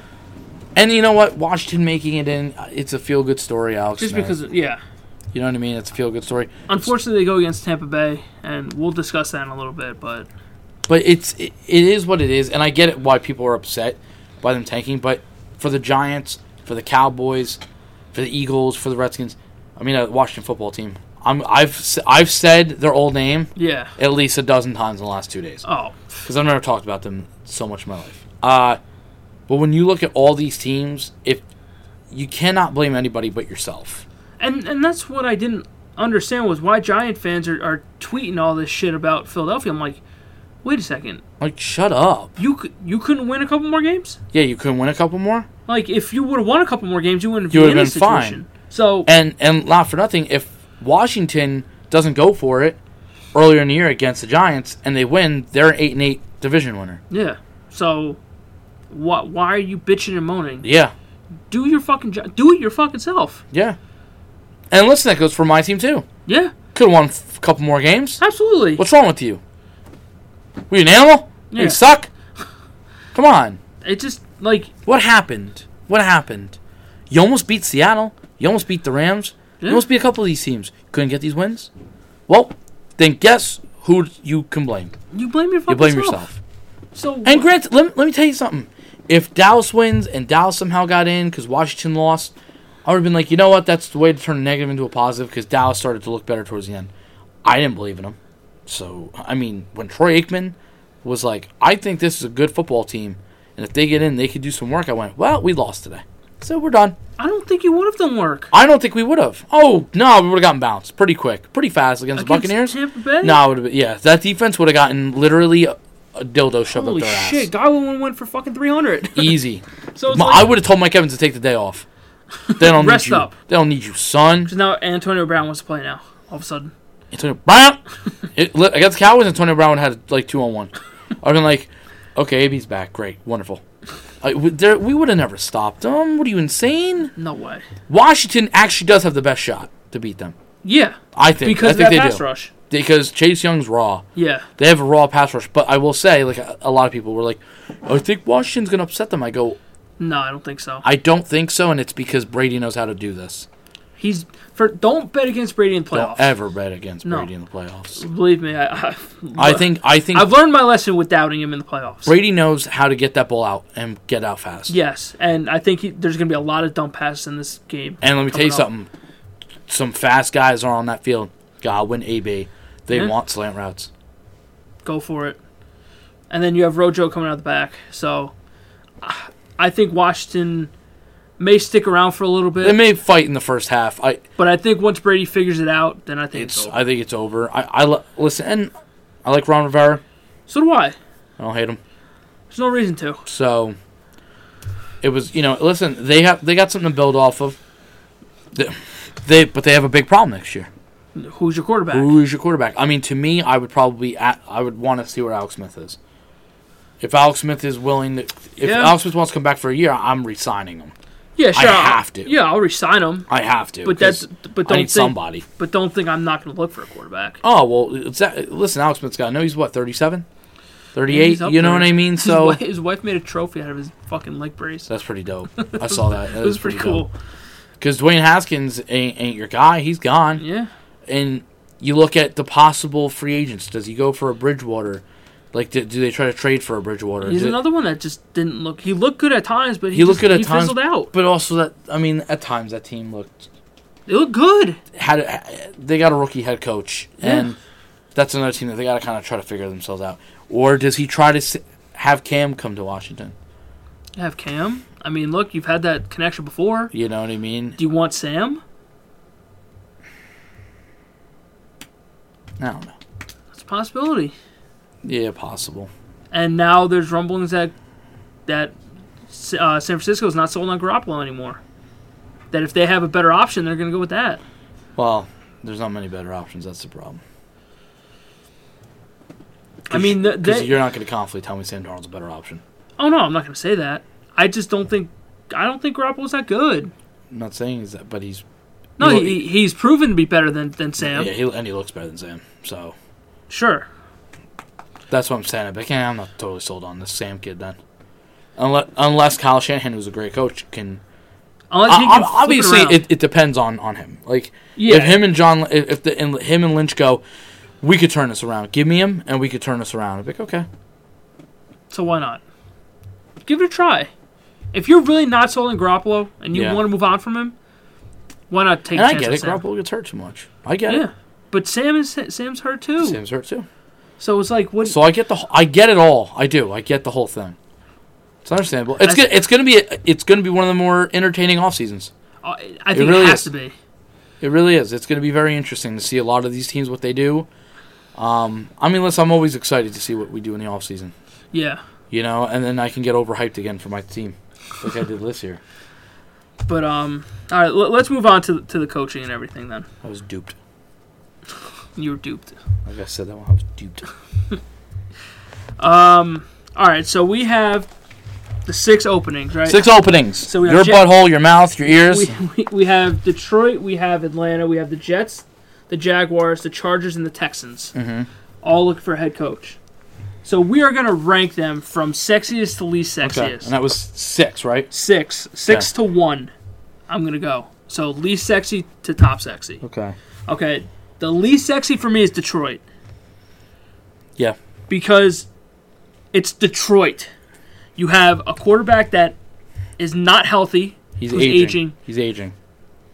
Speaker 1: And you know what? Washington making it in, uh, it's a feel good story, Alex.
Speaker 2: Just
Speaker 1: Smith.
Speaker 2: because, yeah.
Speaker 1: you know what I mean. It's a feel good story.
Speaker 2: Unfortunately, they go against Tampa Bay, and we'll discuss that in a little bit. But
Speaker 1: But it's it, it is what it is, and I get it why people are upset by them tanking. But for the Giants, for the Cowboys, for the Eagles, for the Redskins, I mean, uh, Washington football team. I'm, I've s- I've said their old name
Speaker 2: Yeah.
Speaker 1: at least a dozen times in the last two days
Speaker 2: Oh,
Speaker 1: because I've never talked about them so much in my life. Uh, but when you look at all these teams, if you cannot blame anybody but yourself.
Speaker 2: and and that's what I didn't understand was why Giant fans are, are tweeting all this shit about Philadelphia. I'm like, wait a second,
Speaker 1: Like, shut up.
Speaker 2: you c- you couldn't win a couple more games.
Speaker 1: Yeah, you couldn't win a couple more,
Speaker 2: Like if you would have won a couple more games, you wouldn't
Speaker 1: You
Speaker 2: be in
Speaker 1: would've
Speaker 2: this
Speaker 1: been fine.
Speaker 2: situation. So
Speaker 1: and and not for nothing. If Washington doesn't go for it earlier in the year against the Giants and they win, they're an eight and eight division winner.
Speaker 2: yeah, so what? Why are you bitching and moaning?
Speaker 1: Yeah,
Speaker 2: Do your fucking job. Do it your fucking self.
Speaker 1: yeah. And listen, that goes for my team too.
Speaker 2: Yeah,
Speaker 1: Could have won a couple more games.
Speaker 2: absolutely.
Speaker 1: What's wrong with you? Were you an animal?
Speaker 2: Yeah.
Speaker 1: You suck? Come on.
Speaker 2: It just like
Speaker 1: What happened? What happened? You almost beat Seattle. You almost beat the Rams.
Speaker 2: Yeah.
Speaker 1: You almost beat a couple of these teams. Couldn't get these wins? Well, then guess who you can blame.
Speaker 2: you blame your fucking
Speaker 1: You blame
Speaker 2: self.
Speaker 1: yourself.
Speaker 2: So
Speaker 1: And granted, let, let me tell you something. If Dallas wins and Dallas somehow got in because Washington lost, I would have been like, you know what? That's the way to turn a negative into a positive because Dallas started to look better towards the end. I didn't believe in them. So, I mean, when Troy Aikman was like, I think this is a good football team, and if they get in, they could do some work, I went, well, we lost today. So we're done.
Speaker 2: I don't think you would have done work
Speaker 1: I don't think we would have. Oh, no, we would have gotten bounced pretty quick, pretty fast against,
Speaker 2: against
Speaker 1: the Buccaneers.
Speaker 2: Tampa Bay.
Speaker 1: No, it would have been, yeah, that defense would have gotten literally a, a dildo shoved
Speaker 2: Holy
Speaker 1: up their
Speaker 2: shit,
Speaker 1: ass.
Speaker 2: Godwin went for fucking 300.
Speaker 1: Easy.
Speaker 2: so it's
Speaker 1: Ma-
Speaker 2: like,
Speaker 1: I would have told Mike Evans to take the day off. They don't
Speaker 2: Rest
Speaker 1: need you.
Speaker 2: up.
Speaker 1: They don't need you, son.
Speaker 2: So now Antonio Brown wants to play now, all of a sudden.
Speaker 1: Antonio Brown. it, li- against the Cowboys, Antonio Brown had like two on one. I've been like, okay, AB's back. Great, wonderful. I, we there- we would have never stopped them. What are you insane?
Speaker 2: No way.
Speaker 1: Washington actually does have the best shot to beat them.
Speaker 2: Yeah.
Speaker 1: I think. I
Speaker 2: Because of
Speaker 1: think
Speaker 2: that
Speaker 1: they
Speaker 2: pass
Speaker 1: do.
Speaker 2: rush.
Speaker 1: Because Chase Young's raw.
Speaker 2: Yeah.
Speaker 1: They have a raw pass rush. But I will say, like a, a lot of people were like, I think Washington's gonna upset them. I go,
Speaker 2: No, I don't think so.
Speaker 1: I don't think so, and it's because Brady knows how to do this.
Speaker 2: He's for don't bet against Brady in the
Speaker 1: Don't
Speaker 2: playoffs.
Speaker 1: ever bet against
Speaker 2: No.
Speaker 1: Brady in the playoffs.
Speaker 2: Believe me, I, I,
Speaker 1: I think I think
Speaker 2: I've learned my lesson with doubting him in the playoffs.
Speaker 1: Brady knows how to get that ball out and get out fast.
Speaker 2: Yes, and I think he, there's going to be a lot of dump passes in this game.
Speaker 1: And let me tell you
Speaker 2: coming up.
Speaker 1: something. Some fast guys are on that field. Godwin, AB, they
Speaker 2: Yeah.
Speaker 1: want slant routes.
Speaker 2: Go for it. And then you have Rojo coming out the back. So I- I think Washington may stick around for a little bit.
Speaker 1: They may fight in the first half. I
Speaker 2: But I think once Brady figures it out, then I think it's,
Speaker 1: it's
Speaker 2: over.
Speaker 1: I think it's over. I I li- listen and I like Ron Rivera.
Speaker 2: so do I.
Speaker 1: I don't hate him.
Speaker 2: There's no reason to.
Speaker 1: So it was you know listen they have they got something to build off of. They, they but they have a big problem next year.
Speaker 2: Who's your quarterback?
Speaker 1: Who is your quarterback? I mean, to me, I would probably at, I would want to see where Alex Smith is. If Alex Smith is willing to, if
Speaker 2: Yeah.
Speaker 1: Alex Smith wants to come back for a year, I'm re-signing him.
Speaker 2: Yeah, sure. I'll-
Speaker 1: have to.
Speaker 2: Yeah, I'll resign him.
Speaker 1: I have to.
Speaker 2: But
Speaker 1: 'cause
Speaker 2: that's but don't
Speaker 1: I need
Speaker 2: think
Speaker 1: somebody.
Speaker 2: but don't think I'm not going to look for a quarterback.
Speaker 1: Oh well, it's that, listen, Alex Smith's got no. He's what 37, 38.
Speaker 2: He's up
Speaker 1: You know
Speaker 2: there.
Speaker 1: what I mean?
Speaker 2: His
Speaker 1: So
Speaker 2: wife, his wife made a trophy out of his fucking leg brace. It
Speaker 1: that's pretty dope. I saw that. That
Speaker 2: was pretty cool.
Speaker 1: Because Dwayne Haskins ain't, ain't your guy. He's gone.
Speaker 2: Yeah,
Speaker 1: and you look at the possible free agents. Does he go for a Bridgewater? Like, do, do they try to trade for a Bridgewater?
Speaker 2: he's
Speaker 1: Do-
Speaker 2: another one that just didn't look. He looked good at times, but he,
Speaker 1: He looked
Speaker 2: just-
Speaker 1: good at
Speaker 2: he
Speaker 1: times.
Speaker 2: fizzled out.
Speaker 1: But also that I mean, at times that team looked
Speaker 2: It looked good.
Speaker 1: had a- they got a rookie head coach,
Speaker 2: Yeah.
Speaker 1: and that's another team that they got to kind of try to figure themselves out. Or does he try to s- have Cam come to Washington?
Speaker 2: You have Cam. I mean, look, you've had that connection before.
Speaker 1: You know what I mean?
Speaker 2: Do you want Sam?
Speaker 1: I don't know.
Speaker 2: That's a possibility.
Speaker 1: Yeah, possible.
Speaker 2: and now there's rumblings that that uh, San Francisco is not sold on Garoppolo anymore. That if they have a better option, they're going to go with that.
Speaker 1: Well, there's not many better options. That's the problem.
Speaker 2: I mean, th-
Speaker 1: Because
Speaker 2: Uh, they,
Speaker 1: you're not going to confidently tell me Sam Darnold's a better option.
Speaker 2: oh no, I'm not going to say that. I just don't think I don't think Garoppolo's that good.
Speaker 1: I'm not saying he's that, but he's
Speaker 2: No,
Speaker 1: Well,
Speaker 2: he, he's proven to be better than than Sam.
Speaker 1: yeah, he, and he looks better than Sam. So
Speaker 2: Sure,
Speaker 1: That's what I'm saying. I'm like, eh, I'm not totally sold on this Sam kid then. Unless, unless Kyle Shanahan, who's a great coach, can.
Speaker 2: unless he
Speaker 1: I,
Speaker 2: can
Speaker 1: I-
Speaker 2: flip
Speaker 1: obviously,
Speaker 2: it, around.
Speaker 1: it, it depends on, on him. Like,
Speaker 2: Yeah.
Speaker 1: if him and John, if if the and him and Lynch go, we could turn this around. Give me him, and we could turn this around. I'm like, okay,
Speaker 2: so why not? Give it a try. If you're really not sold on Garoppolo and you
Speaker 1: Yeah.
Speaker 2: want to move on from him, Why not take
Speaker 1: And I
Speaker 2: chances
Speaker 1: get it.
Speaker 2: now?
Speaker 1: Garoppolo gets hurt too much. I get
Speaker 2: Yeah, but Sam is Sam's hurt too.
Speaker 1: it. Sam's hurt too.
Speaker 2: So it's like what?
Speaker 1: So I get the wh- I get it all. I do. I get the whole thing. It's understandable. It's
Speaker 2: I-
Speaker 1: good. It's gonna be it's gonna be one of the more entertaining off seasons.
Speaker 2: I I think it,
Speaker 1: really
Speaker 2: has
Speaker 1: is.
Speaker 2: to be.
Speaker 1: It really is. It's gonna be very interesting to see a lot of these teams what they do. Um, I mean, listen, I'm always excited to see what we do in the off season.
Speaker 2: Yeah,
Speaker 1: you know, and then I can get overhyped again for my team, like I did this year.
Speaker 2: but um, all right. L- let's move on to to the coaching and everything. Then
Speaker 1: I was duped.
Speaker 2: you were duped.
Speaker 1: Like I said, that one I was duped.
Speaker 2: All right, so we have the six openings, right?
Speaker 1: Six openings.
Speaker 2: So we have
Speaker 1: your
Speaker 2: Jet-
Speaker 1: butthole, your mouth, your ears.
Speaker 2: We, we, we have Detroit, we have Atlanta, we have the Jets, the Jaguars, the Chargers, and the Texans.
Speaker 1: Mhm.
Speaker 2: All looking for a head coach. So we are going to rank them from sexiest to least
Speaker 1: okay.
Speaker 2: sexiest.
Speaker 1: And that was six, right?
Speaker 2: Six. Six to one, I'm going to go. So least sexy to top sexy.
Speaker 1: Okay.
Speaker 2: Okay, the least sexy for me is Detroit.
Speaker 1: Yeah.
Speaker 2: because it's Detroit. You have a quarterback that is not healthy,
Speaker 1: He's
Speaker 2: Who's
Speaker 1: aging.
Speaker 2: aging?
Speaker 1: He's aging.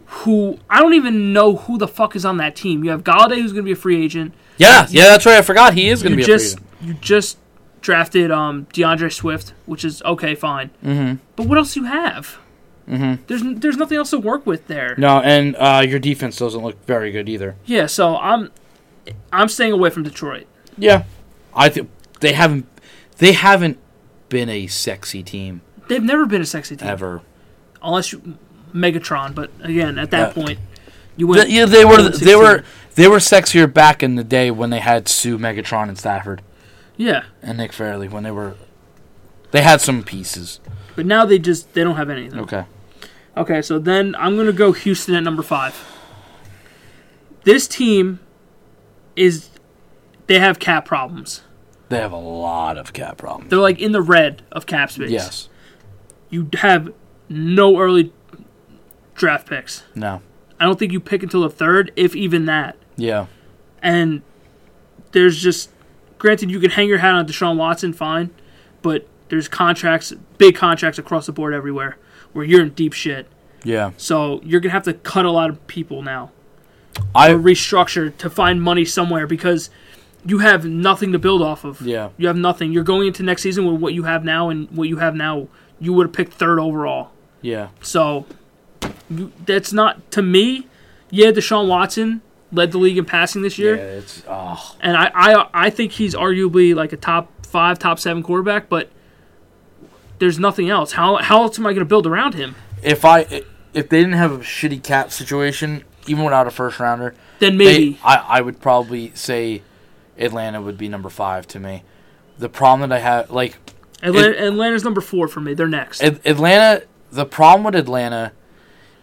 Speaker 2: who I don't even know who the fuck is on that team. You have Galladay, who's going to be a free agent.
Speaker 1: Yeah, yeah, that's right. I forgot he is going
Speaker 2: You
Speaker 1: to be
Speaker 2: just
Speaker 1: a free
Speaker 2: you just drafted um, DeAndre Swift, which is okay, fine. Mm-hmm. But what else do you have? Mm-hmm. There's n- there's nothing else to work with there.
Speaker 1: No, and uh, your defense doesn't look very good either.
Speaker 2: Yeah, so I'm I'm staying away from Detroit.
Speaker 1: Yeah, I think they haven't they haven't been a sexy team
Speaker 2: They've never been a sexy team,
Speaker 1: ever.
Speaker 2: unless you, Megatron. But again, at that
Speaker 1: Yeah.
Speaker 2: point, you went.
Speaker 1: Th- yeah, they were
Speaker 2: 0-16.
Speaker 1: they were they were sexier back in the day when they had Sue Megatron and Stafford.
Speaker 2: Yeah,
Speaker 1: and Nick Fairley when they were they had some pieces.
Speaker 2: but now they just they don't have anything. Okay.
Speaker 1: Okay.
Speaker 2: so then I'm gonna go Houston at number five. This team is they have cap problems.
Speaker 1: They have a lot of cap problems.
Speaker 2: They're like in the red of cap space.
Speaker 1: Yes.
Speaker 2: You have no early draft picks.
Speaker 1: No.
Speaker 2: I don't think you pick until the third, if even that.
Speaker 1: Yeah.
Speaker 2: And there's just granted you can hang your hat on Deshaun Watson, fine, but there's contracts, big contracts across the board everywhere where you're in deep shit.
Speaker 1: Yeah.
Speaker 2: So you're gonna have to cut a lot of people now,
Speaker 1: I
Speaker 2: or restructure to find money somewhere because you have nothing to build off of.
Speaker 1: Yeah.
Speaker 2: you have nothing. You're going into next season with what you have now, and what you have now, you would have picked third overall.
Speaker 1: yeah.
Speaker 2: So you, that's not to me. Yeah, Deshaun Watson led the league in passing this
Speaker 1: Yeah,
Speaker 2: year,
Speaker 1: it's oh.
Speaker 2: and I, I I think he's arguably like a top five, top seven quarterback, but. There's nothing else. How, how else am I going to build around him?
Speaker 1: If I if they didn't have a shitty cap situation, even without a first rounder,
Speaker 2: Then
Speaker 1: they,
Speaker 2: maybe
Speaker 1: I, I would probably say Atlanta would be number five to me. The problem that I have like
Speaker 2: Atlanta, Atlanta's number four for me. They're next.
Speaker 1: At- Atlanta. The problem with Atlanta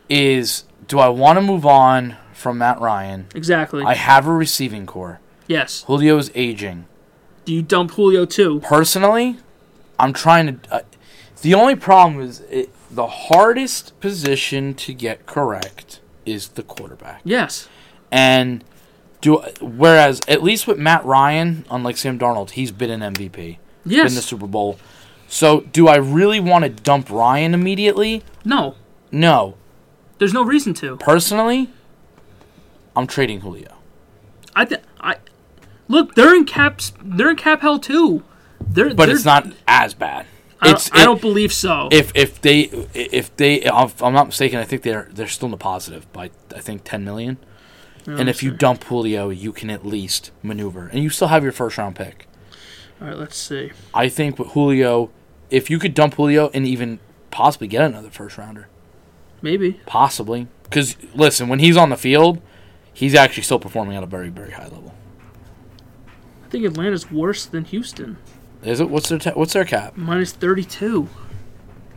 Speaker 1: is, do I want to move on from Matt Ryan?
Speaker 2: Exactly.
Speaker 1: I have a receiving core.
Speaker 2: yes.
Speaker 1: Julio is aging.
Speaker 2: Do you dump Julio too?
Speaker 1: personally, I'm trying to. Uh, the only problem is it, the hardest position to get correct is the quarterback.
Speaker 2: Yes.
Speaker 1: And do whereas at least with Matt Ryan, unlike Sam Darnold, he's been an MVP, been the
Speaker 2: Yes.
Speaker 1: Super Bowl. So do I really want to dump Ryan immediately?
Speaker 2: No.
Speaker 1: No.
Speaker 2: There's no reason to.
Speaker 1: Personally, I'm trading Julio.
Speaker 2: I th- I look. They're in caps. They're in cap hell too. They're.
Speaker 1: But
Speaker 2: they're,
Speaker 1: it's not as bad.
Speaker 2: I don't,
Speaker 1: it's,
Speaker 2: I
Speaker 1: it-
Speaker 2: don't believe so.
Speaker 1: if if they if they if I'm not mistaken, I think they're they're still in the positive by I think 10 million.
Speaker 2: Oh,
Speaker 1: and if you dump Julio, you can at least maneuver, and you still have your first round pick.
Speaker 2: All right. Let's see.
Speaker 1: I think with Julio, if you could dump Julio and even possibly get another first rounder,
Speaker 2: Maybe.
Speaker 1: possibly because listen, when he's on the field, he's actually still performing at a very very high level.
Speaker 2: I think Atlanta's worse than Houston.
Speaker 1: Is it what's their ta- what's their cap?
Speaker 2: Minus thirty-two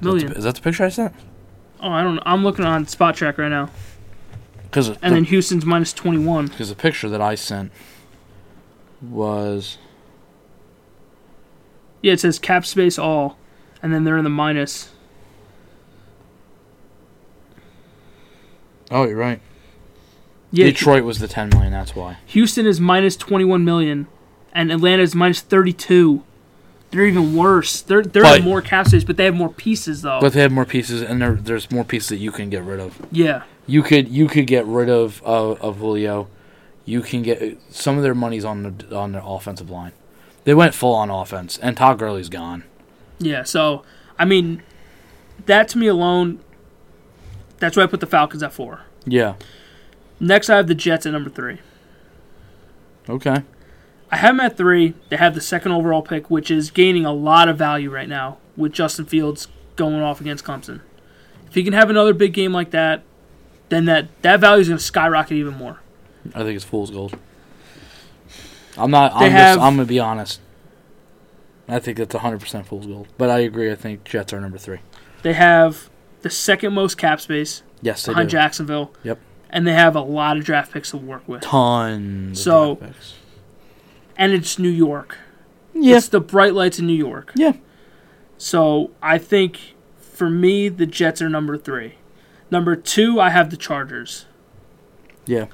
Speaker 2: million.
Speaker 1: Is that the picture I sent?
Speaker 2: Oh, I don't. know. I'm looking on Spot Track right now,
Speaker 1: Because
Speaker 2: and then Houston's minus twenty-one.
Speaker 1: because the picture that I sent was
Speaker 2: Yeah, it says cap space all, and then they're in the minus.
Speaker 1: oh you're right.
Speaker 2: Yeah,
Speaker 1: Detroit was the 10 million. That's why.
Speaker 2: Houston is minus 21 million, and Atlanta is minus 32. They're even worse. They're they're
Speaker 1: But-
Speaker 2: in more cap space, but they have more pieces though.
Speaker 1: But they have more pieces, and there, there's more pieces that you can get rid of.
Speaker 2: yeah,
Speaker 1: You could you could get rid of uh, of Julio. You can get some of their money's on the on their offensive line. They went full on offense, and Todd Gurley's gone.
Speaker 2: yeah. So I mean, that to me alone, that's why I put the Falcons at four.
Speaker 1: Yeah.
Speaker 2: Next, I have the Jets at number three.
Speaker 1: Okay.
Speaker 2: I have them at three. They have the second overall pick, which is gaining a lot of value right now with Justin Fields going off against Clemson. If he can have another big game like that, then that, that value is going to skyrocket even more.
Speaker 1: I think it's fool's gold. I'm not.
Speaker 2: They
Speaker 1: I'm,
Speaker 2: have-
Speaker 1: just, I'm gonna be honest. I think that's 100 percent fool's gold. But I agree. I think Jets are number three.
Speaker 2: They have the second most cap space
Speaker 1: Yes, they
Speaker 2: behind
Speaker 1: do.
Speaker 2: Jacksonville.
Speaker 1: Yep.
Speaker 2: And they have a lot of draft picks to work with.
Speaker 1: Tons. of
Speaker 2: So-
Speaker 1: draft picks.
Speaker 2: And it's New York.
Speaker 1: yeah,
Speaker 2: It's the bright lights in New York.
Speaker 1: yeah.
Speaker 2: So I think for me, the Jets are number three. Number two, I have the Chargers.
Speaker 1: Yeah.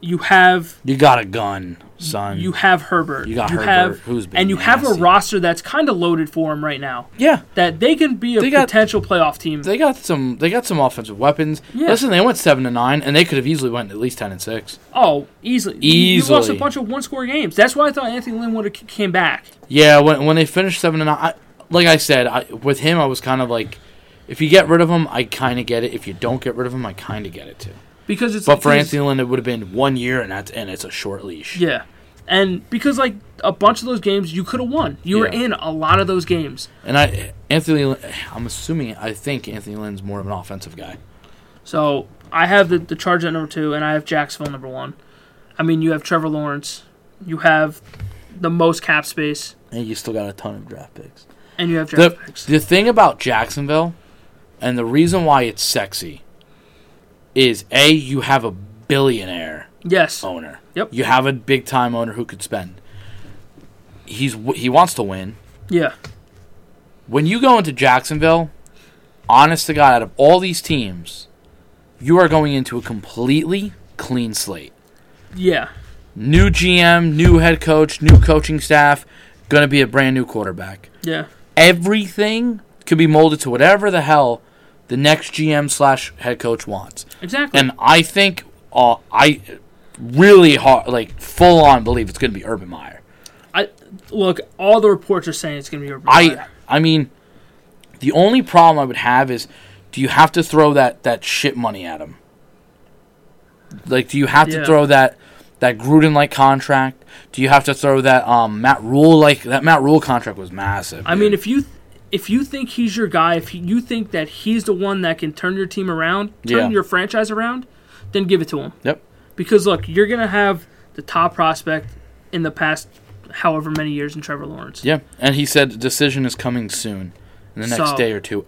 Speaker 2: You have
Speaker 1: You got a gun, son.
Speaker 2: You have Herbert.
Speaker 1: Um, You got Herbert,
Speaker 2: have,
Speaker 1: who's been
Speaker 2: and you have a
Speaker 1: nasty.
Speaker 2: roster that's kind of loaded for him right now.
Speaker 1: yeah.
Speaker 2: That they can be a
Speaker 1: They got-
Speaker 2: potential playoff team.
Speaker 1: They got some. They got some offensive weapons.
Speaker 2: Yeah.
Speaker 1: Listen, they went seven to nine, and they could have easily went at least ten and six.
Speaker 2: oh, easily. You- You lost a
Speaker 1: Easily.
Speaker 2: bunch of one-score games. That's why I thought Anthony Lynn would have came back.
Speaker 1: Yeah, when when they finished seven to nine, I, like I said, I, with him, I was kind of like, if you get rid of him, I kind of get it. If you don't get rid of him, I kind of get it too.
Speaker 2: Because it's
Speaker 1: But for
Speaker 2: he's-
Speaker 1: Anthony Lynn, it would have been one year, and that's and it's a short leash.
Speaker 2: Yeah, and because like a bunch of those games you could have won. You were
Speaker 1: Yeah.
Speaker 2: in a lot of those games.
Speaker 1: And I, Anthony, Lynn- I'm assuming I think Anthony Lynn's more of an offensive guy.
Speaker 2: So I have the the Chargers at number two, and I have Jacksonville number one. I mean, you have Trevor Lawrence. You have the most cap space,
Speaker 1: And you still got a ton of draft picks.
Speaker 2: and you have draft
Speaker 1: The,
Speaker 2: picks.
Speaker 1: the thing about Jacksonville, and the reason why it's sexy, is a you have a billionaire
Speaker 2: Yes.
Speaker 1: owner.
Speaker 2: Yep.
Speaker 1: You have a big time owner who could spend. He's w- he wants to win.
Speaker 2: Yeah.
Speaker 1: When you go into Jacksonville, honest to God, out of all these teams, you are going into a completely clean slate.
Speaker 2: Yeah.
Speaker 1: New GM, new head coach, new coaching staff, going to be a brand new quarterback.
Speaker 2: Yeah.
Speaker 1: Everything could be molded to whatever the hell the next GM slash head coach wants.
Speaker 2: Exactly.
Speaker 1: And I think uh, I really hard, like full on believe it's going to be Urban Meyer.
Speaker 2: I look. All the reports are saying it's going to be. Urban
Speaker 1: I
Speaker 2: Meyer.
Speaker 1: I mean, the only problem I would have is, do you have to throw that that shit money at him? Like, do you have
Speaker 2: Yeah.
Speaker 1: to throw that that Gruden like contract? Do you have to throw that um, Matt Rule like that Matt Rule contract was massive?
Speaker 2: I mean,
Speaker 1: dude.
Speaker 2: if you if you think he's your guy, if you think that he's the one that can turn your team around, turn
Speaker 1: Yeah.
Speaker 2: your franchise around, then give it to him.
Speaker 1: yep,
Speaker 2: Because look, you're going to have the top prospect in the past however many years in Trevor Lawrence.
Speaker 1: yeah, and he said the decision is coming soon, in the next
Speaker 2: So-
Speaker 1: day or two.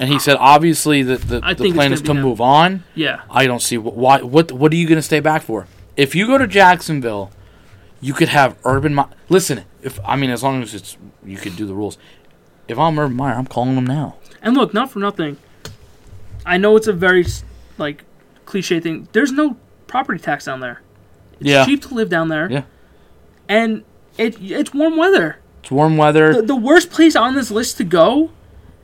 Speaker 1: And he said, obviously, that the,
Speaker 2: I think
Speaker 1: the
Speaker 2: it's
Speaker 1: plan
Speaker 2: gonna
Speaker 1: is
Speaker 2: be
Speaker 1: to
Speaker 2: him.
Speaker 1: move on.
Speaker 2: Yeah.
Speaker 1: I don't see wh- why. What what are you going to stay back for? If you go to Jacksonville, you could have Urban. Meyer. Listen, if I mean, as long as it's you could do the rules. If I'm Urban Meyer, I'm calling him now.
Speaker 2: And look, not for nothing. I know it's a very like cliche thing. There's no property tax down there.
Speaker 1: Yeah,
Speaker 2: Cheap to live down there.
Speaker 1: Yeah.
Speaker 2: And it it's warm weather.
Speaker 1: it's warm weather.
Speaker 2: the, the worst place on this list to go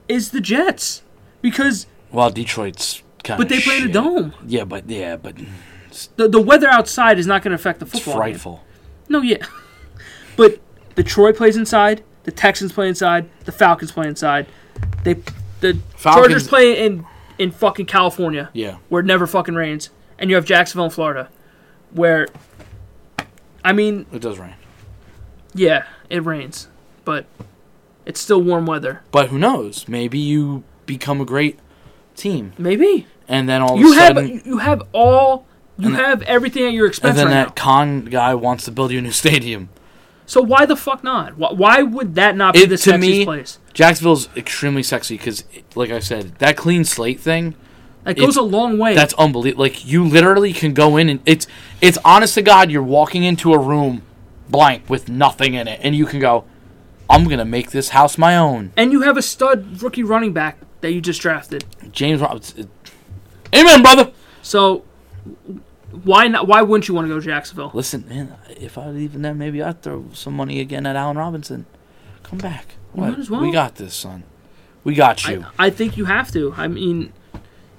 Speaker 2: is the Jets because
Speaker 1: well, Detroit's kind of.
Speaker 2: but they play in a dome.
Speaker 1: Yeah, but yeah, but it's
Speaker 2: The the weather outside is not going to affect the football. game.
Speaker 1: frightful.
Speaker 2: No, yeah. But Detroit plays inside. The Texans play inside. The Falcons play inside. They the Chargers
Speaker 1: Falcons-
Speaker 2: play in in fucking California
Speaker 1: Yeah,
Speaker 2: where it never fucking rains, and you have Jacksonville in Florida where I mean,
Speaker 1: it does rain.
Speaker 2: yeah, it rains, but it's still warm weather.
Speaker 1: But who knows? Maybe you become a great team,
Speaker 2: Maybe
Speaker 1: and then all of
Speaker 2: you
Speaker 1: a
Speaker 2: have
Speaker 1: sudden,
Speaker 2: you have all you
Speaker 1: And that-
Speaker 2: have everything at your
Speaker 1: and
Speaker 2: expense
Speaker 1: then
Speaker 2: right
Speaker 1: that
Speaker 2: now.
Speaker 1: con guy wants to build you a new stadium.
Speaker 2: So why the fuck not? Why, why would that not be
Speaker 1: It-
Speaker 2: the
Speaker 1: to
Speaker 2: sexiest
Speaker 1: me-
Speaker 2: place?
Speaker 1: Jacksonville's extremely sexy because, like I said, that clean slate thing.
Speaker 2: That goes
Speaker 1: it's-
Speaker 2: a long way.
Speaker 1: That's unbelievable. Like you literally can go in and it's it's honest to God, you're walking into a room blank with nothing in it, and you can go, I'm gonna make this house my own.
Speaker 2: and you have a stud rookie running back that you just drafted.
Speaker 1: James Robinson. Amen, brother.
Speaker 2: So why not? Why wouldn't you want to go to Jacksonville?
Speaker 1: Listen, man, if I leave in there, maybe I'd throw some money again at Allen Robinson. Come back.
Speaker 2: You
Speaker 1: What?
Speaker 2: might as well.
Speaker 1: We got this, son. We got
Speaker 2: I,
Speaker 1: you.
Speaker 2: I think you have to. I mean,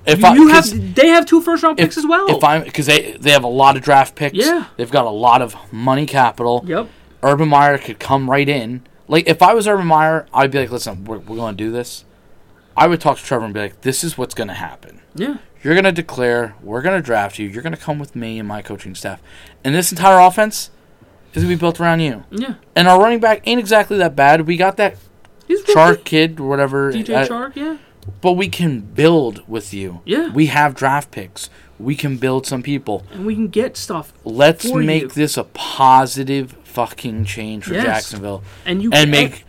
Speaker 1: if
Speaker 2: you,
Speaker 1: I,
Speaker 2: you
Speaker 1: 'cause
Speaker 2: have they have two first round picks as well.
Speaker 1: If I'm because they they have a lot of draft picks.
Speaker 2: Yeah.
Speaker 1: They've got a lot of money capital.
Speaker 2: yep.
Speaker 1: Urban Meyer could come right in. Like if I was Urban Meyer, I'd be like, listen, we're, we're going to do this. I would talk to Trevor and be like, this is what's going to happen.
Speaker 2: Yeah.
Speaker 1: You're going to declare. We're going to draft you. You're going to come with me and my coaching staff, and this entire offense is going to be built around you.
Speaker 2: Yeah.
Speaker 1: And our running back ain't exactly that bad. We got that
Speaker 2: He's
Speaker 1: Chark kid, or whatever.
Speaker 2: DJ
Speaker 1: uh,
Speaker 2: Chark. Yeah.
Speaker 1: but we can build with you.
Speaker 2: Yeah.
Speaker 1: We have draft picks. We can build some people.
Speaker 2: And we can get stuff.
Speaker 1: Let's
Speaker 2: For
Speaker 1: make
Speaker 2: you.
Speaker 1: this a positive fucking change for
Speaker 2: Yes.
Speaker 1: Jacksonville
Speaker 2: And you
Speaker 1: and
Speaker 2: can
Speaker 1: make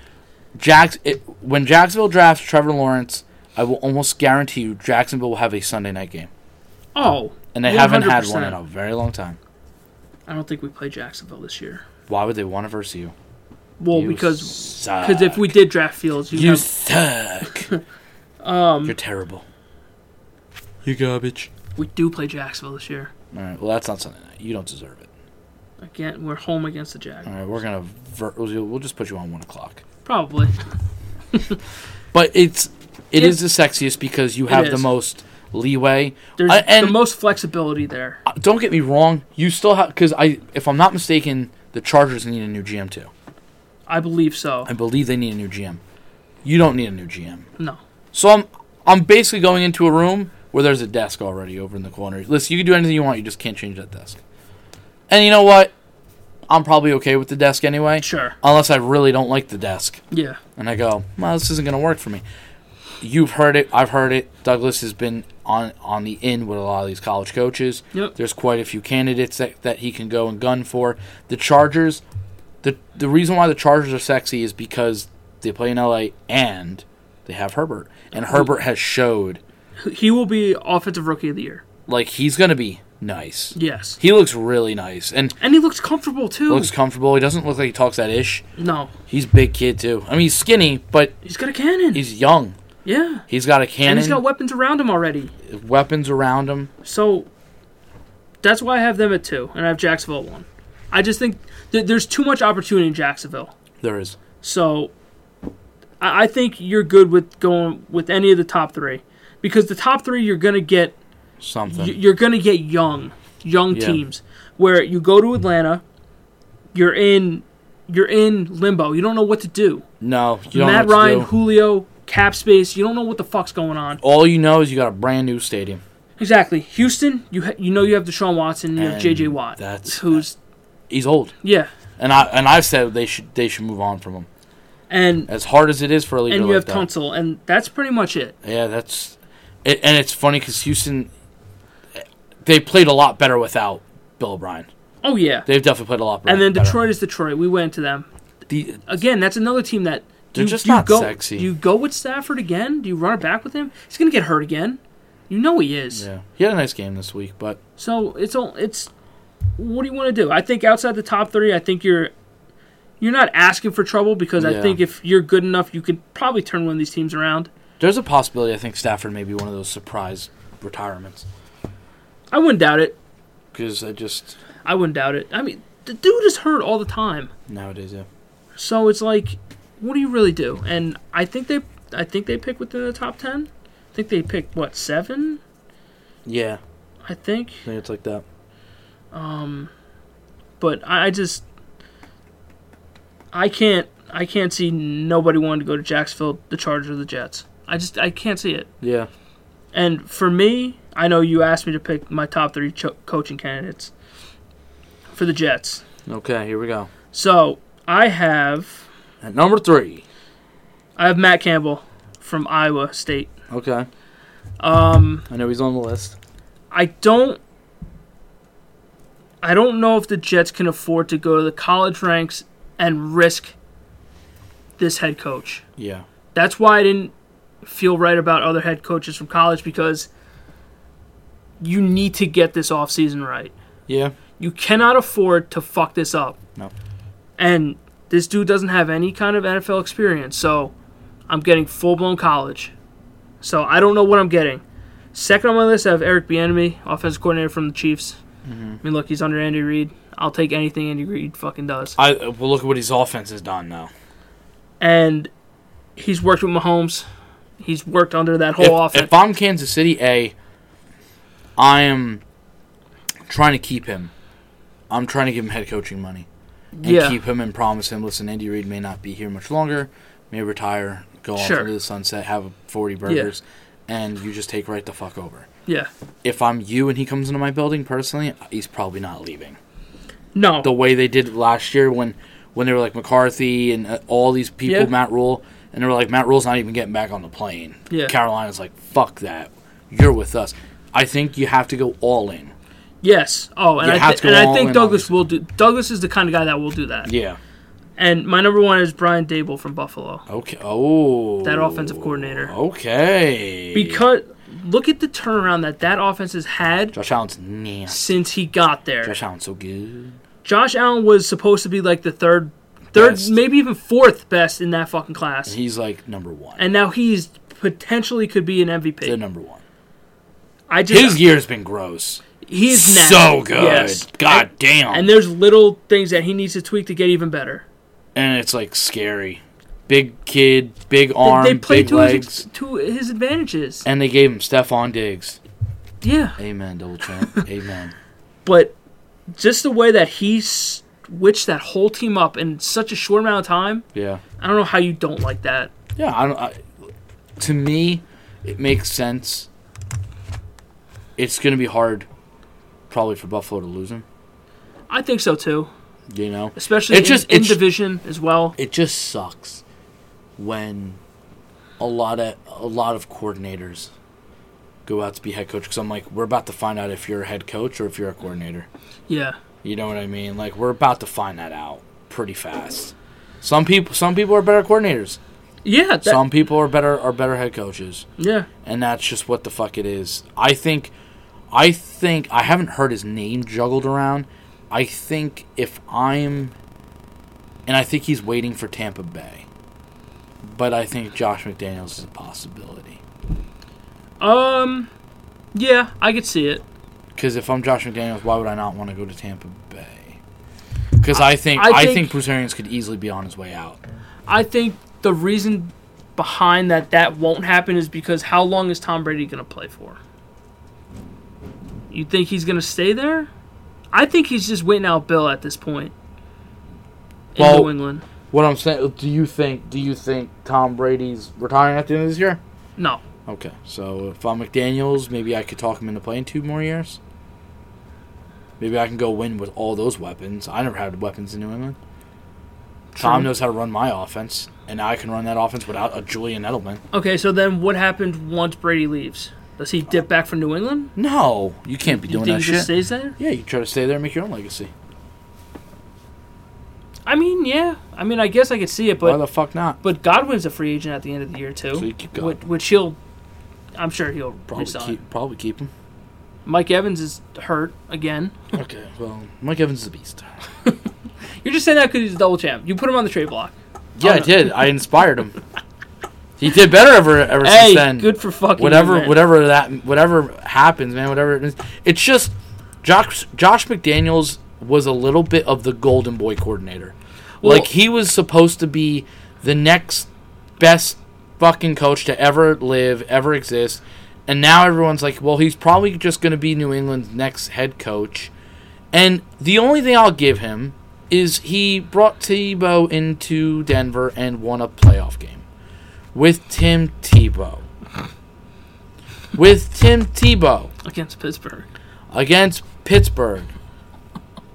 Speaker 1: Jacks it, when Jacksonville drafts Trevor Lawrence. I will almost guarantee you Jacksonville will have a Sunday night game,
Speaker 2: Oh,
Speaker 1: and they have not had
Speaker 2: 100%.
Speaker 1: one in a very long time.
Speaker 2: I don't think we play Jacksonville this year.
Speaker 1: Why would they want to verse you?
Speaker 2: Well,
Speaker 1: You
Speaker 2: because
Speaker 1: suck.
Speaker 2: because if we did draft Fields, you,
Speaker 1: you
Speaker 2: have, Um,
Speaker 1: suck, you're terrible. You garbage.
Speaker 2: we do play Jacksonville this year.
Speaker 1: All right. Well, that's not Sunday night. You don't deserve it.
Speaker 2: Again, we're home against the Jag.
Speaker 1: All right. We're gonna ver- we'll we'll just put you on one o'clock.
Speaker 2: Probably.
Speaker 1: But it's it
Speaker 2: It-
Speaker 1: is the sexiest because you have the
Speaker 2: is.
Speaker 1: most leeway.
Speaker 2: There's
Speaker 1: I- and
Speaker 2: the most flexibility there.
Speaker 1: uh, don't get me wrong, you still have because I, if I'm not mistaken, the Chargers need a new GM too.
Speaker 2: I believe so.
Speaker 1: I believe they need a new GM. You don't need a new GM.
Speaker 2: No.
Speaker 1: So I'm I'm basically going into a room where there's a desk already over in the corner. Listen, you can do anything you want, you just can't change that desk. And you know what? I'm probably okay with the desk anyway,
Speaker 2: Sure.
Speaker 1: unless I really don't like the desk.
Speaker 2: Yeah.
Speaker 1: and I go, "Well, this isn't going to work for me." You've heard it. I've heard it. Douglas has been on on the in with a lot of these college coaches.
Speaker 2: Yep.
Speaker 1: There's quite a few candidates that, that he can go and gun for. The Chargers, the the reason why the Chargers are sexy is because they play in LA and they have Herbert, and Herbert has showed
Speaker 2: He will be offensive rookie of the year.
Speaker 1: like he's going to be nice.
Speaker 2: Yes.
Speaker 1: He looks really nice and
Speaker 2: And he looks comfortable too.
Speaker 1: looks comfortable. He doesn't look like he talks that ish.
Speaker 2: no.
Speaker 1: He's a big kid too. I mean, he's skinny, but
Speaker 2: He's got a cannon.
Speaker 1: he's young.
Speaker 2: yeah.
Speaker 1: He's got a cannon.
Speaker 2: And he's got weapons around him already.
Speaker 1: weapons around him.
Speaker 2: So that's why I have them at two, and I have Jacksonville at one. I just think th- there's too much opportunity in Jacksonville.
Speaker 1: There is.
Speaker 2: So I-, I think you're good with going with any of the top three because the top three you're gonna get
Speaker 1: something.
Speaker 2: y- you're gonna get young, young
Speaker 1: Yeah.
Speaker 2: teams where you go to Atlanta, you're in you're in limbo. You don't know what to do.
Speaker 1: no, you don't
Speaker 2: Matt
Speaker 1: know what
Speaker 2: Ryan,
Speaker 1: to do.
Speaker 2: Julio, cap space. You don't know what the fuck's going on.
Speaker 1: All you know is you got a brand new stadium.
Speaker 2: Exactly. Houston, you ha- you know you have Deshaun Watson, you have
Speaker 1: And
Speaker 2: J.J. Watt,
Speaker 1: that's-
Speaker 2: who's
Speaker 1: He's old,
Speaker 2: yeah,
Speaker 1: and I and I said they should they should move on from him.
Speaker 2: and
Speaker 1: As hard as it is for a leader
Speaker 2: and you
Speaker 1: like
Speaker 2: have
Speaker 1: that.
Speaker 2: Tunsil, and that's pretty much it.
Speaker 1: Yeah, that's. It, and it's funny because Houston, they played a lot better without Bill O'Brien.
Speaker 2: Oh yeah,
Speaker 1: They've definitely played a lot.
Speaker 2: and then
Speaker 1: better.
Speaker 2: Detroit is Detroit. We went to them
Speaker 1: The,
Speaker 2: again. That's another team that
Speaker 1: They're
Speaker 2: you-
Speaker 1: just
Speaker 2: you
Speaker 1: not
Speaker 2: go,
Speaker 1: sexy.
Speaker 2: Do you go with Stafford again? Do you run it back with him? He's gonna get hurt again. You know he is.
Speaker 1: yeah, he had a nice game this week, but
Speaker 2: So it's all it's. What do you want to do? I think outside the top three, I think you're. You're not asking for trouble because I
Speaker 1: Yeah.
Speaker 2: think if you're good enough, you could probably turn one of these teams around.
Speaker 1: there's a possibility. I think Stafford may be one of those surprise retirements
Speaker 2: I wouldn't doubt it.
Speaker 1: because I just
Speaker 2: I wouldn't doubt it. I mean, the dude is hurt all the time,
Speaker 1: nowadays yeah.
Speaker 2: so it's like, what do you really do? And I think they, I think they pick within the top ten. I think they picked what seven?
Speaker 1: Yeah,
Speaker 2: I think,
Speaker 1: I think it's like that.
Speaker 2: but I, I just, I can't, I can't see nobody wanting to go to Jacksonville, the Chargers, or the Jets. I just, I can't see it.
Speaker 1: Yeah,
Speaker 2: And for me, I know you asked me to pick my top three cho- coaching candidates for the Jets.
Speaker 1: Okay, here we go.
Speaker 2: So I have,
Speaker 1: At number three.
Speaker 2: I have Matt Campbell from Iowa State.
Speaker 1: Okay. Um, I know he's on the list.
Speaker 2: I don't I don't know if the Jets can afford to go to the college ranks and risk this head coach.
Speaker 1: Yeah.
Speaker 2: That's why I didn't feel right about other head coaches from college because you need to get this offseason right.
Speaker 1: Yeah.
Speaker 2: You cannot afford to fuck this up.
Speaker 1: No.
Speaker 2: And this dude doesn't have any kind of NFL experience, so I'm getting full blown college. So I don't know what I'm getting. Second on my list, I have Eric Bieniemy, offensive coordinator from the Chiefs.
Speaker 1: Mm-hmm.
Speaker 2: I mean, look, he's under Andy Reid. I'll take anything Andy Reid fucking does.
Speaker 1: I well look at what his offense has done now.
Speaker 2: and he's worked with Mahomes. He's worked under that whole
Speaker 1: If,
Speaker 2: offense.
Speaker 1: if I'm Kansas City, a, I am trying to keep him. I'm trying to give him head coaching money and
Speaker 2: yeah,
Speaker 1: keep him and promise him. Listen, Andy Reid may not be here much longer. May retire, go
Speaker 2: Sure.
Speaker 1: off into the sunset, have 40 burgers, and you just take right the fuck over.
Speaker 2: yeah.
Speaker 1: If I'm you and he comes into my building personally, he's probably not leaving.
Speaker 2: No,
Speaker 1: the way they did last year when when they were like McCarthy and uh, all these people,
Speaker 2: Yeah.
Speaker 1: Matt Rule, and they were like Matt Rule's not even getting back on the plane.
Speaker 2: Yeah.
Speaker 1: Carolina's like fuck that, you're with us. I think you have to go all in.
Speaker 2: yes. Oh, and
Speaker 1: You
Speaker 2: I,
Speaker 1: have to
Speaker 2: thi- and
Speaker 1: all
Speaker 2: I
Speaker 1: in on
Speaker 2: think Douglas
Speaker 1: this.
Speaker 2: will do. Douglas is the kind of guy that will do that.
Speaker 1: Yeah.
Speaker 2: And my number one is Brian Dable from Buffalo.
Speaker 1: Okay. Oh.
Speaker 2: That offensive coordinator.
Speaker 1: Okay.
Speaker 2: Because look at the turnaround that that offense has had
Speaker 1: Josh Allen's nasty.
Speaker 2: since he got there.
Speaker 1: Josh Allen's so good.
Speaker 2: Josh Allen was supposed to be like the third, third,
Speaker 1: Best.
Speaker 2: maybe even fourth best in that fucking class,
Speaker 1: He's like number one.
Speaker 2: and now he's potentially could be an MVP.
Speaker 1: the number one.
Speaker 2: I just
Speaker 1: His year's been gross.
Speaker 2: he's
Speaker 1: so good. God damn.
Speaker 2: And there's little things that he needs to tweak to get even better.
Speaker 1: and it's like scary. Big kid, big
Speaker 2: They-
Speaker 1: arm,
Speaker 2: they play
Speaker 1: big
Speaker 2: to his,
Speaker 1: legs.
Speaker 2: ex- to his advantages.
Speaker 1: And they gave him Stephon Diggs.
Speaker 2: Yeah,
Speaker 1: Amen, double champ. Amen.
Speaker 2: but just the way that he switched that whole team up in such a short amount of time,
Speaker 1: Yeah.
Speaker 2: I don't know how you don't like that.
Speaker 1: Yeah. I don't. I, to me, it makes sense. It's going to be hard, probably for Buffalo to lose him.
Speaker 2: I think so too,
Speaker 1: You know,
Speaker 2: especially
Speaker 1: It
Speaker 2: in,
Speaker 1: just-
Speaker 2: in
Speaker 1: it's-
Speaker 2: division as well.
Speaker 1: it just sucks when a lot of a lot of coordinators go out to be head coach because I'm like, we're about to find out if you're a head coach or if you're a coordinator.
Speaker 2: Yeah,
Speaker 1: You know what I mean? Like we're about to find that out pretty fast. Some people, some people are better coordinators.
Speaker 2: yeah, that,
Speaker 1: Some people are better are better head coaches,
Speaker 2: yeah.
Speaker 1: and that's just what the fuck it is. I think, I think I haven't heard his name juggled around. I think if I'm, and I think he's waiting for Tampa Bay, but I think Josh McDaniels is a possibility.
Speaker 2: Um, yeah, I could see it.
Speaker 1: Because if I'm Josh McDaniels, why would I not want to go to Tampa Bay? Because I think
Speaker 2: I
Speaker 1: I think,
Speaker 2: think-
Speaker 1: Bruce Arians could easily be on his way out.
Speaker 2: I think the reason behind that that won't happen is because how long is Tom Brady going to play for? You think he's going to stay there? I think he's just waiting out Bill at this point in
Speaker 1: Well-
Speaker 2: New England.
Speaker 1: What I'm saying, do you think? Do you think Tom Brady's retiring at the end of this year?
Speaker 2: No,
Speaker 1: Okay, so if I'm McDaniel's, maybe I could talk him into playing two more years. Maybe I can go win with all those weapons. I never had weapons in New England. Tom
Speaker 2: True.
Speaker 1: knows how to run my offense, and I can run that offense without a Julian Edelman.
Speaker 2: Okay, so then what happened once Brady leaves? Does he dip back from New England?
Speaker 1: No, you can't be
Speaker 2: You
Speaker 1: doing
Speaker 2: think
Speaker 1: that
Speaker 2: he
Speaker 1: shit.
Speaker 2: just stays there?
Speaker 1: yeah, you try to stay there and make your own legacy.
Speaker 2: I mean, yeah. I mean, I guess I could see it,
Speaker 1: Why
Speaker 2: but
Speaker 1: the fuck not?
Speaker 2: but Godwin's a free agent at the end of the year too,
Speaker 1: So you keep Godwin.
Speaker 2: which, which he'll, I'm sure he'll
Speaker 1: Probably
Speaker 2: resign.
Speaker 1: keep, probably keep him.
Speaker 2: Mike Evans is hurt again.
Speaker 1: Okay, well, Mike Evans is a beast.
Speaker 2: Oh, You're just saying that because he's a double champ. You put him on the trade block.
Speaker 1: Yeah, I
Speaker 2: no.
Speaker 1: did. I inspired him. he did better ever ever
Speaker 2: Hey,
Speaker 1: since then.
Speaker 2: good for fucking you,
Speaker 1: whatever,
Speaker 2: man.
Speaker 1: whatever that, whatever happens, man. Whatever it is, it's just Josh Josh McDaniels was a little bit of the golden boy coordinator.
Speaker 2: Well-
Speaker 1: like he was supposed to be the next best fucking coach to ever live, ever exist. And now everyone's like, well, he's probably just going to be New England's next head coach. And the only thing I'll give him is he brought Tebow into Denver and won a playoff game with Tim Tebow. with Tim Tebow
Speaker 2: against Pittsburgh
Speaker 1: against Pittsburgh.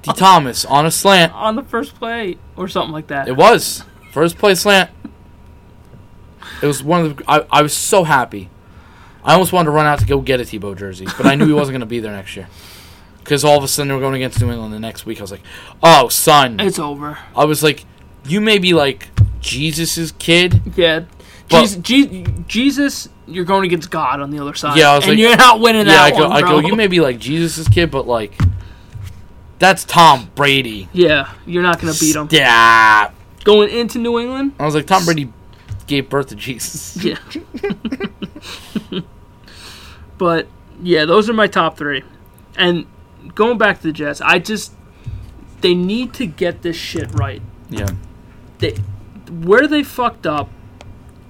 Speaker 1: D. Thomas on a slant.
Speaker 2: on the first play or something like that.
Speaker 1: It was first play slant. It was one of the. I, I was so happy. I almost wanted to run out to go get a Tebow jersey, but I knew he wasn't going to be there next year. Because all of a sudden they were going against New England the next week. I was like, "Oh, son!"
Speaker 2: it's over.
Speaker 1: I was like, "You may be like Jesus's kid."
Speaker 2: Yeah.
Speaker 1: But-
Speaker 2: Jesus, Je- Jesus, you're going against God on the other side.
Speaker 1: Yeah, I was
Speaker 2: and
Speaker 1: like-
Speaker 2: you're not winning
Speaker 1: yeah, I
Speaker 2: that
Speaker 1: go,
Speaker 2: one,
Speaker 1: I
Speaker 2: bro.
Speaker 1: go. You may be like Jesus's kid, but like, that's Tom Brady.
Speaker 2: yeah, you're not gonna beat him.
Speaker 1: Yeah.
Speaker 2: Going into New England.
Speaker 1: I was like, Tom Brady gave birth to Jesus.
Speaker 2: Yeah. but yeah, those are my top three. And going back to the Jets, I just they need to get this shit right.
Speaker 1: Yeah.
Speaker 2: They where they fucked up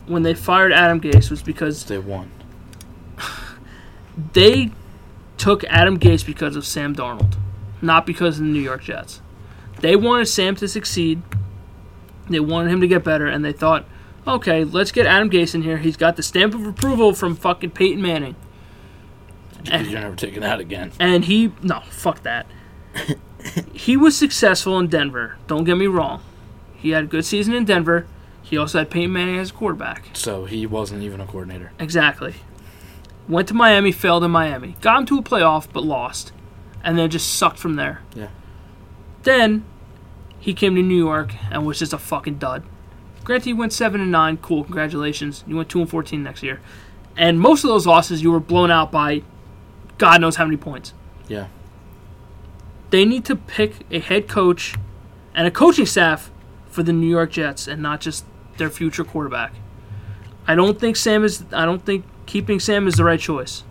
Speaker 2: when they fired Adam Gase was because
Speaker 1: They won.
Speaker 2: they took Adam Gase because of Sam Darnold, not because of the New York Jets. They wanted Sam to succeed. They wanted him to get better, and they thought, okay, let's get Adam Gase in here. He's got the stamp of approval from fucking Peyton Manning. Eh.
Speaker 1: Because you're never taking that again.
Speaker 2: And he no, fuck that. he was successful in Denver. Don't get me wrong. He had a good season in Denver. He also had Peyton Manning as quarterback.
Speaker 1: So he wasn't even a coordinator.
Speaker 2: Exactly. Went to Miami, failed in Miami. Got him to a playoff, but lost. And then just sucked from there.
Speaker 1: Yeah.
Speaker 2: Then he came to New York and was just a fucking dud. Granted, you went seven and nine. Cool, congratulations. You went two and fourteen next year, and most of those losses you were blown out by, God knows how many points.
Speaker 1: Yeah.
Speaker 2: They need to pick a head coach, and a coaching staff for the New York Jets, and not just their future quarterback. I don't think Sam is. I don't think keeping Sam is the right choice.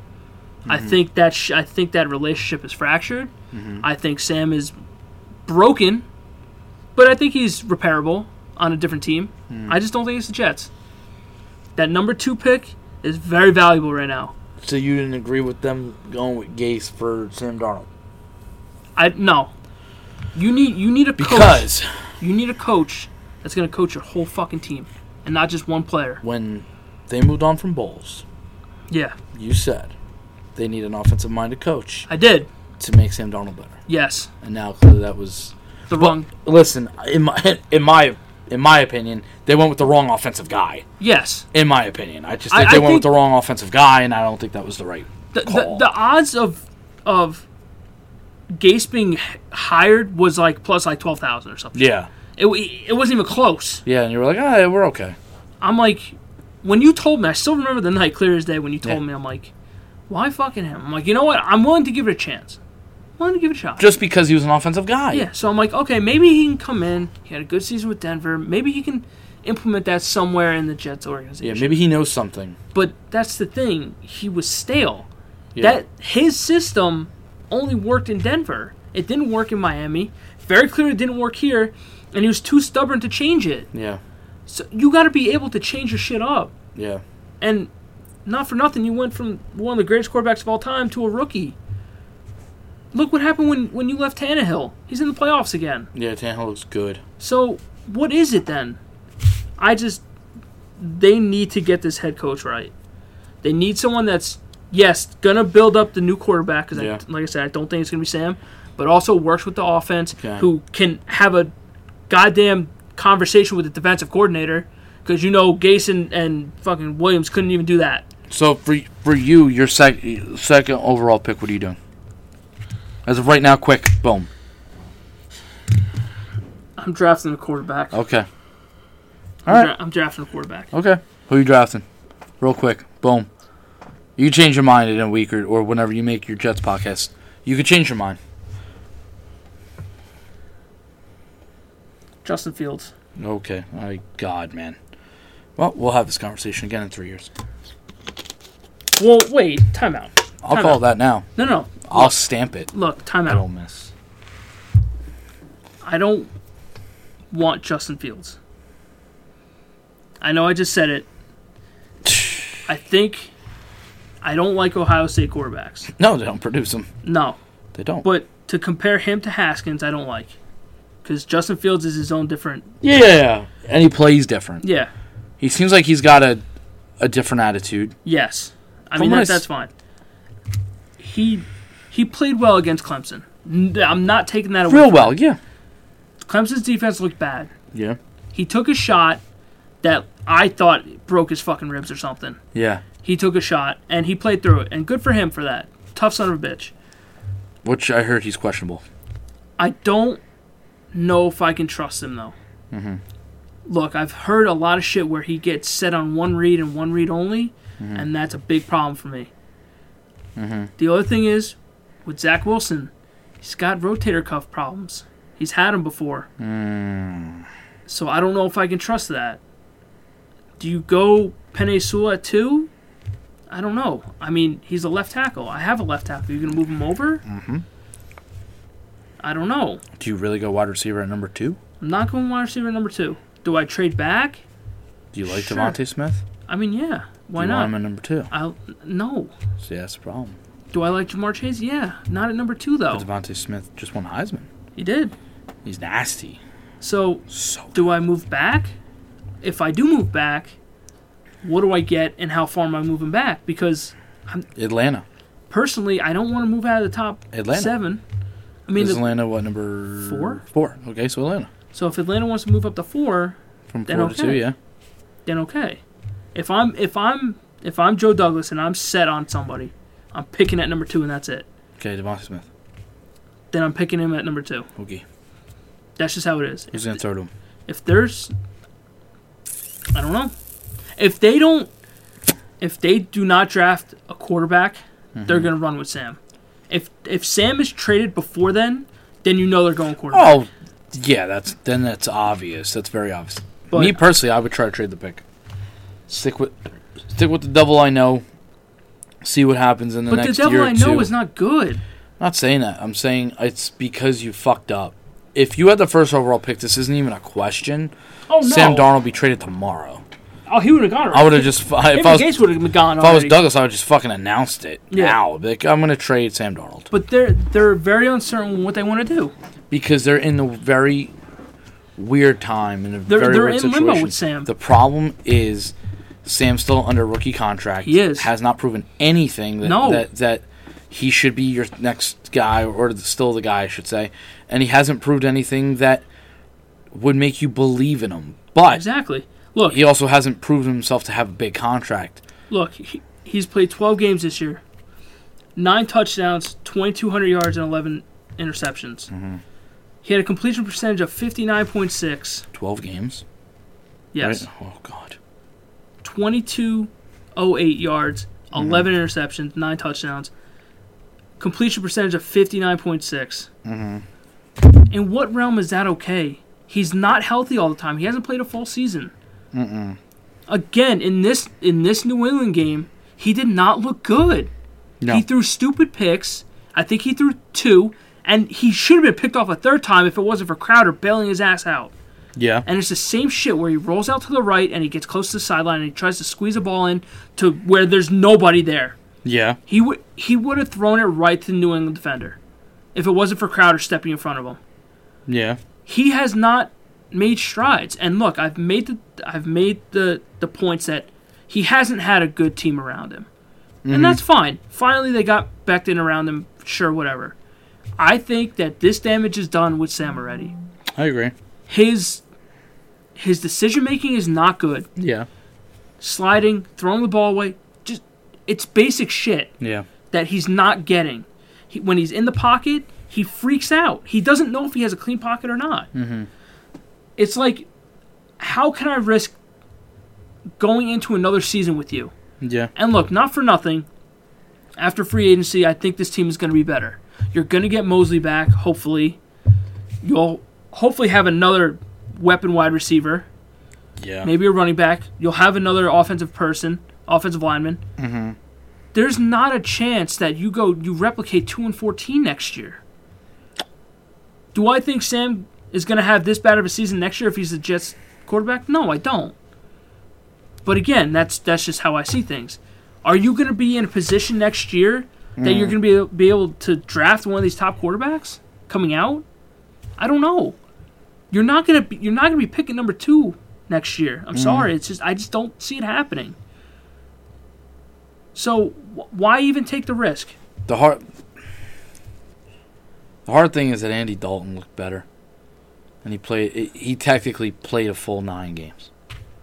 Speaker 2: I think that sh- I think that relationship is fractured. I think Sam is broken, but I think he's repairable on a different team. I just don't think it's the Jets. That number two pick is very valuable right now.
Speaker 1: So you didn't agree with them going with Gase for Sam Darnold
Speaker 2: I no. You need you need a coach.
Speaker 1: because
Speaker 2: You need a coach that's going to coach your whole fucking team and not just one player.
Speaker 1: when they moved on from Bowles,
Speaker 2: Yeah,
Speaker 1: you said they need an offensive-minded coach
Speaker 2: I did.
Speaker 1: to make Sam Darnold better,
Speaker 2: Yes,
Speaker 1: and now clearly that was
Speaker 2: the wrong.
Speaker 1: listen in my in my in my opinion they went with the wrong offensive guy.
Speaker 2: Yes,
Speaker 1: In my opinion, I just
Speaker 2: I-
Speaker 1: think
Speaker 2: I
Speaker 1: they went
Speaker 2: think-
Speaker 1: with the wrong offensive guy, and I don't think that was the right.
Speaker 2: the, the,
Speaker 1: Call.
Speaker 2: the odds of of Gase being h- hired was like plus like twelve thousand or something.
Speaker 1: Yeah,
Speaker 2: It, w- it wasn't even close.
Speaker 1: yeah, and you were like, ah, we're okay.
Speaker 2: I'm like, when you told me, I still remember the night clear as day when you told
Speaker 1: Yeah.
Speaker 2: me. I'm like, why fucking him? I'm like, you know what? I'm willing to give it a chance. I'm willing to give it a shot.
Speaker 1: Just because he was an offensive guy.
Speaker 2: yeah. So I'm like, okay, maybe he can come in. He had a good season with Denver. Maybe he can implement that somewhere in the Jets
Speaker 1: yeah.
Speaker 2: organization.
Speaker 1: Maybe he knows something.
Speaker 2: But that's the thing. He was stale.
Speaker 1: Yeah.
Speaker 2: That his system only worked in Denver. It didn't work in Miami. Very clearly, it didn't work here. And he was too stubborn to change it.
Speaker 1: Yeah.
Speaker 2: So you got to be able to change your shit up.
Speaker 1: Yeah.
Speaker 2: And not for nothing, you went from one of the greatest quarterbacks of all time to a rookie. Look what happened when, when you left Tannehill. He's in the playoffs again.
Speaker 1: Yeah, Tannehill looks good.
Speaker 2: So what is it then? I just they need to get this head coach right. They need someone that's yes gonna build up the new quarterback because
Speaker 1: Yeah.
Speaker 2: like I said, I don't think it's gonna be Sam, but also works with the offense
Speaker 1: Okay.
Speaker 2: who can have a goddamn conversation with the defensive coordinator because you know Gase and, and fucking Williams couldn't even do that.
Speaker 1: So for for you, your sec- second overall pick, what are you doing? As of right now, quick, boom.
Speaker 2: I'm drafting a quarterback.
Speaker 1: Okay,
Speaker 2: I'm,
Speaker 1: all
Speaker 2: dra- I'm drafting a quarterback.
Speaker 1: okay. Who you drafting? Real quick, boom. You change your mind in a week or, or whenever you make your Jets podcast. You could change your mind.
Speaker 2: Justin Fields.
Speaker 1: Okay. My God, man. Well, we'll have this conversation again in three years.
Speaker 2: Well, wait, timeout.
Speaker 1: I'll
Speaker 2: Time
Speaker 1: call
Speaker 2: out.
Speaker 1: that now.
Speaker 2: No, no.
Speaker 1: I'll stamp it.
Speaker 2: Look, timeout.
Speaker 1: I don't miss.
Speaker 2: I don't want Justin Fields. I know I just said it. I think I don't like Ohio State quarterbacks.
Speaker 1: No, they don't produce them.
Speaker 2: No,
Speaker 1: They don't.
Speaker 2: but to compare him to Haskins, I don't like because Justin Fields is his own different.
Speaker 1: yeah, and he plays different.
Speaker 2: Yeah.
Speaker 1: He seems like he's got a a different attitude.
Speaker 2: Yes. I
Speaker 1: From
Speaker 2: mean
Speaker 1: what I
Speaker 2: that,
Speaker 1: s-
Speaker 2: that's fine. He he played well against Clemson. N- I'm not taking that away.
Speaker 1: Real
Speaker 2: from
Speaker 1: well, yeah.
Speaker 2: him. Clemson's defense looked bad.
Speaker 1: Yeah.
Speaker 2: He took a shot that I thought broke his fucking ribs or something.
Speaker 1: Yeah.
Speaker 2: he took a shot and he played through it and good for him for that tough son of a bitch
Speaker 1: Which I heard he's questionable.
Speaker 2: i don't know if i can trust him though look i've heard a lot of shit where he gets set on one read and one read only and that's a big problem for me the other thing is with zach wilson he's got rotator cuff problems he's had them before so i don't know if i can trust that do you go Penny Sewell at two I don't know. I mean, he's a left tackle. I have a left tackle. You gonna move him over? Mm-hmm. I don't know.
Speaker 1: Do you really go wide receiver at number two?
Speaker 2: I'm not going wide receiver number two. Do I trade back?
Speaker 1: Do you like
Speaker 2: Sure.
Speaker 1: Devontae Smith?
Speaker 2: I mean, yeah. Why
Speaker 1: Do you
Speaker 2: not?
Speaker 1: want him at number two?
Speaker 2: I'll no.
Speaker 1: See, that's the problem.
Speaker 2: Do I like Jamar Chase? Yeah. Not at number two though.
Speaker 1: But Devontae Smith just won Heisman.
Speaker 2: He did.
Speaker 1: He's nasty.
Speaker 2: So
Speaker 1: So
Speaker 2: do I move back? If I do move back, what do I get and how far am I moving back? Because
Speaker 1: Atlanta.
Speaker 2: personally, I don't want to move out of the top
Speaker 1: Atlanta.
Speaker 2: seven. I mean,
Speaker 1: Is
Speaker 2: the,
Speaker 1: Atlanta what number
Speaker 2: Four?
Speaker 1: Four. Okay, so Atlanta
Speaker 2: so if Atlanta wants to move up to four,
Speaker 1: from
Speaker 2: Then
Speaker 1: four to
Speaker 2: okay.
Speaker 1: two. Yeah.
Speaker 2: then okay. If I'm if I'm if I'm Joe Douglas and I'm set on somebody, I'm picking at number two and that's it.
Speaker 1: Okay, Devontae Smith.
Speaker 2: Then I'm picking him at number two.
Speaker 1: Okay.
Speaker 2: That's just how it is.
Speaker 1: Who's gonna throw to him?
Speaker 2: if there's I don't know. If they don't if they do not draft a quarterback, they're
Speaker 1: Mm-hmm.
Speaker 2: going to run with Sam. If if Sam is traded before then, then you know they're going quarterback.
Speaker 1: Oh, yeah. That's then. That's obvious. That's very obvious.
Speaker 2: But-
Speaker 1: Me personally, I would try to trade the pick. Stick with, stick with the devil I know. See what happens in the
Speaker 2: but the
Speaker 1: next year
Speaker 2: devil
Speaker 1: or
Speaker 2: I know
Speaker 1: two.
Speaker 2: is not good.
Speaker 1: Not saying that. I'm saying it's because you fucked up. If you had the first overall pick, this isn't even a question.
Speaker 2: Oh no.
Speaker 1: Sam Darnold will be traded tomorrow.
Speaker 2: Oh, he would have gone.
Speaker 1: I would have just if I
Speaker 2: If
Speaker 1: was
Speaker 2: Gates would have gone
Speaker 1: if I was
Speaker 2: already.
Speaker 1: Douglas, I would just fucking announced it
Speaker 2: Yeah.
Speaker 1: now. Like I'm gonna trade Sam Darnold
Speaker 2: But they're they're very uncertain with what they want to do.
Speaker 1: because they're in the very weird time in a
Speaker 2: They're-
Speaker 1: very
Speaker 2: they're
Speaker 1: weird
Speaker 2: in
Speaker 1: situation.
Speaker 2: limbo with Sam.
Speaker 1: The problem is Sam's still under rookie contract.
Speaker 2: He is.
Speaker 1: has not proven anything that
Speaker 2: No.
Speaker 1: that, that he should be your next guy or still the guy I should say, and he hasn't proved anything that would make you believe in him. But
Speaker 2: Exactly. Look,
Speaker 1: he also hasn't proven himself to have a big contract.
Speaker 2: look, he, he's played 12 games this year, nine touchdowns, 2,200 yards, and 11 interceptions. He had a completion percentage of 59.6.
Speaker 1: Twelve games.
Speaker 2: Yes.
Speaker 1: Right? Oh God.
Speaker 2: 2208 yards, 11 interceptions, nine touchdowns. Completion percentage of 59.6. Mm-hmm. In what realm is that okay? He's not healthy all the time. He hasn't played a full season. Mm-mm. Again, in this in this New England game, he did not look good.
Speaker 1: No.
Speaker 2: He threw stupid picks. I think he threw two, and he should have been picked off a third time if it wasn't for Crowder bailing his ass out.
Speaker 1: yeah.
Speaker 2: And it's the same shit where he rolls out to the right and he gets close to the sideline and he tries to squeeze a ball in to where there's nobody there.
Speaker 1: Yeah.
Speaker 2: He would he would have thrown it right to the New England defender if it wasn't for Crowder stepping in front of him.
Speaker 1: Yeah.
Speaker 2: He has not made strides. And look, I've made the I've made the the points that he hasn't had a good team around him. And that's fine. Finally they got Becton around him, sure whatever. I think that this damage is done with Sam already.
Speaker 1: I agree.
Speaker 2: His his decision making is not good.
Speaker 1: Yeah.
Speaker 2: sliding, throwing the ball away. Just it's basic shit
Speaker 1: Yeah.
Speaker 2: that he's not getting. He, when he's in the pocket, he freaks out. He doesn't know if he has a clean pocket or not. It's like, how can I risk going into another season with you?
Speaker 1: Yeah.
Speaker 2: And look, not for nothing. After free agency, I think this team is going to be better. You're going to get Mosley back, hopefully. You'll hopefully have another weapon wide receiver
Speaker 1: Yeah.
Speaker 2: maybe a running back. You'll have another offensive person, offensive lineman. Mm-hmm. There's not a chance that you go you replicate two and fourteen next year. Do I think Sam is going to have this bad of a season next year if he's the Jets quarterback? No, I don't. But again, that's that's just how I see things. Are you going to be in a position next year that you're going to be be able to draft one of these top quarterbacks coming out? I don't know. You're not gonna be, you're not gonna be picking number two next year.
Speaker 1: Mm-hmm.
Speaker 2: I'm sorry, it's just I just don't see it happening. So wh- why even take the risk?
Speaker 1: The hard The hard thing is that Andy Dalton looked better. And he played he- he technically played a full 9 games,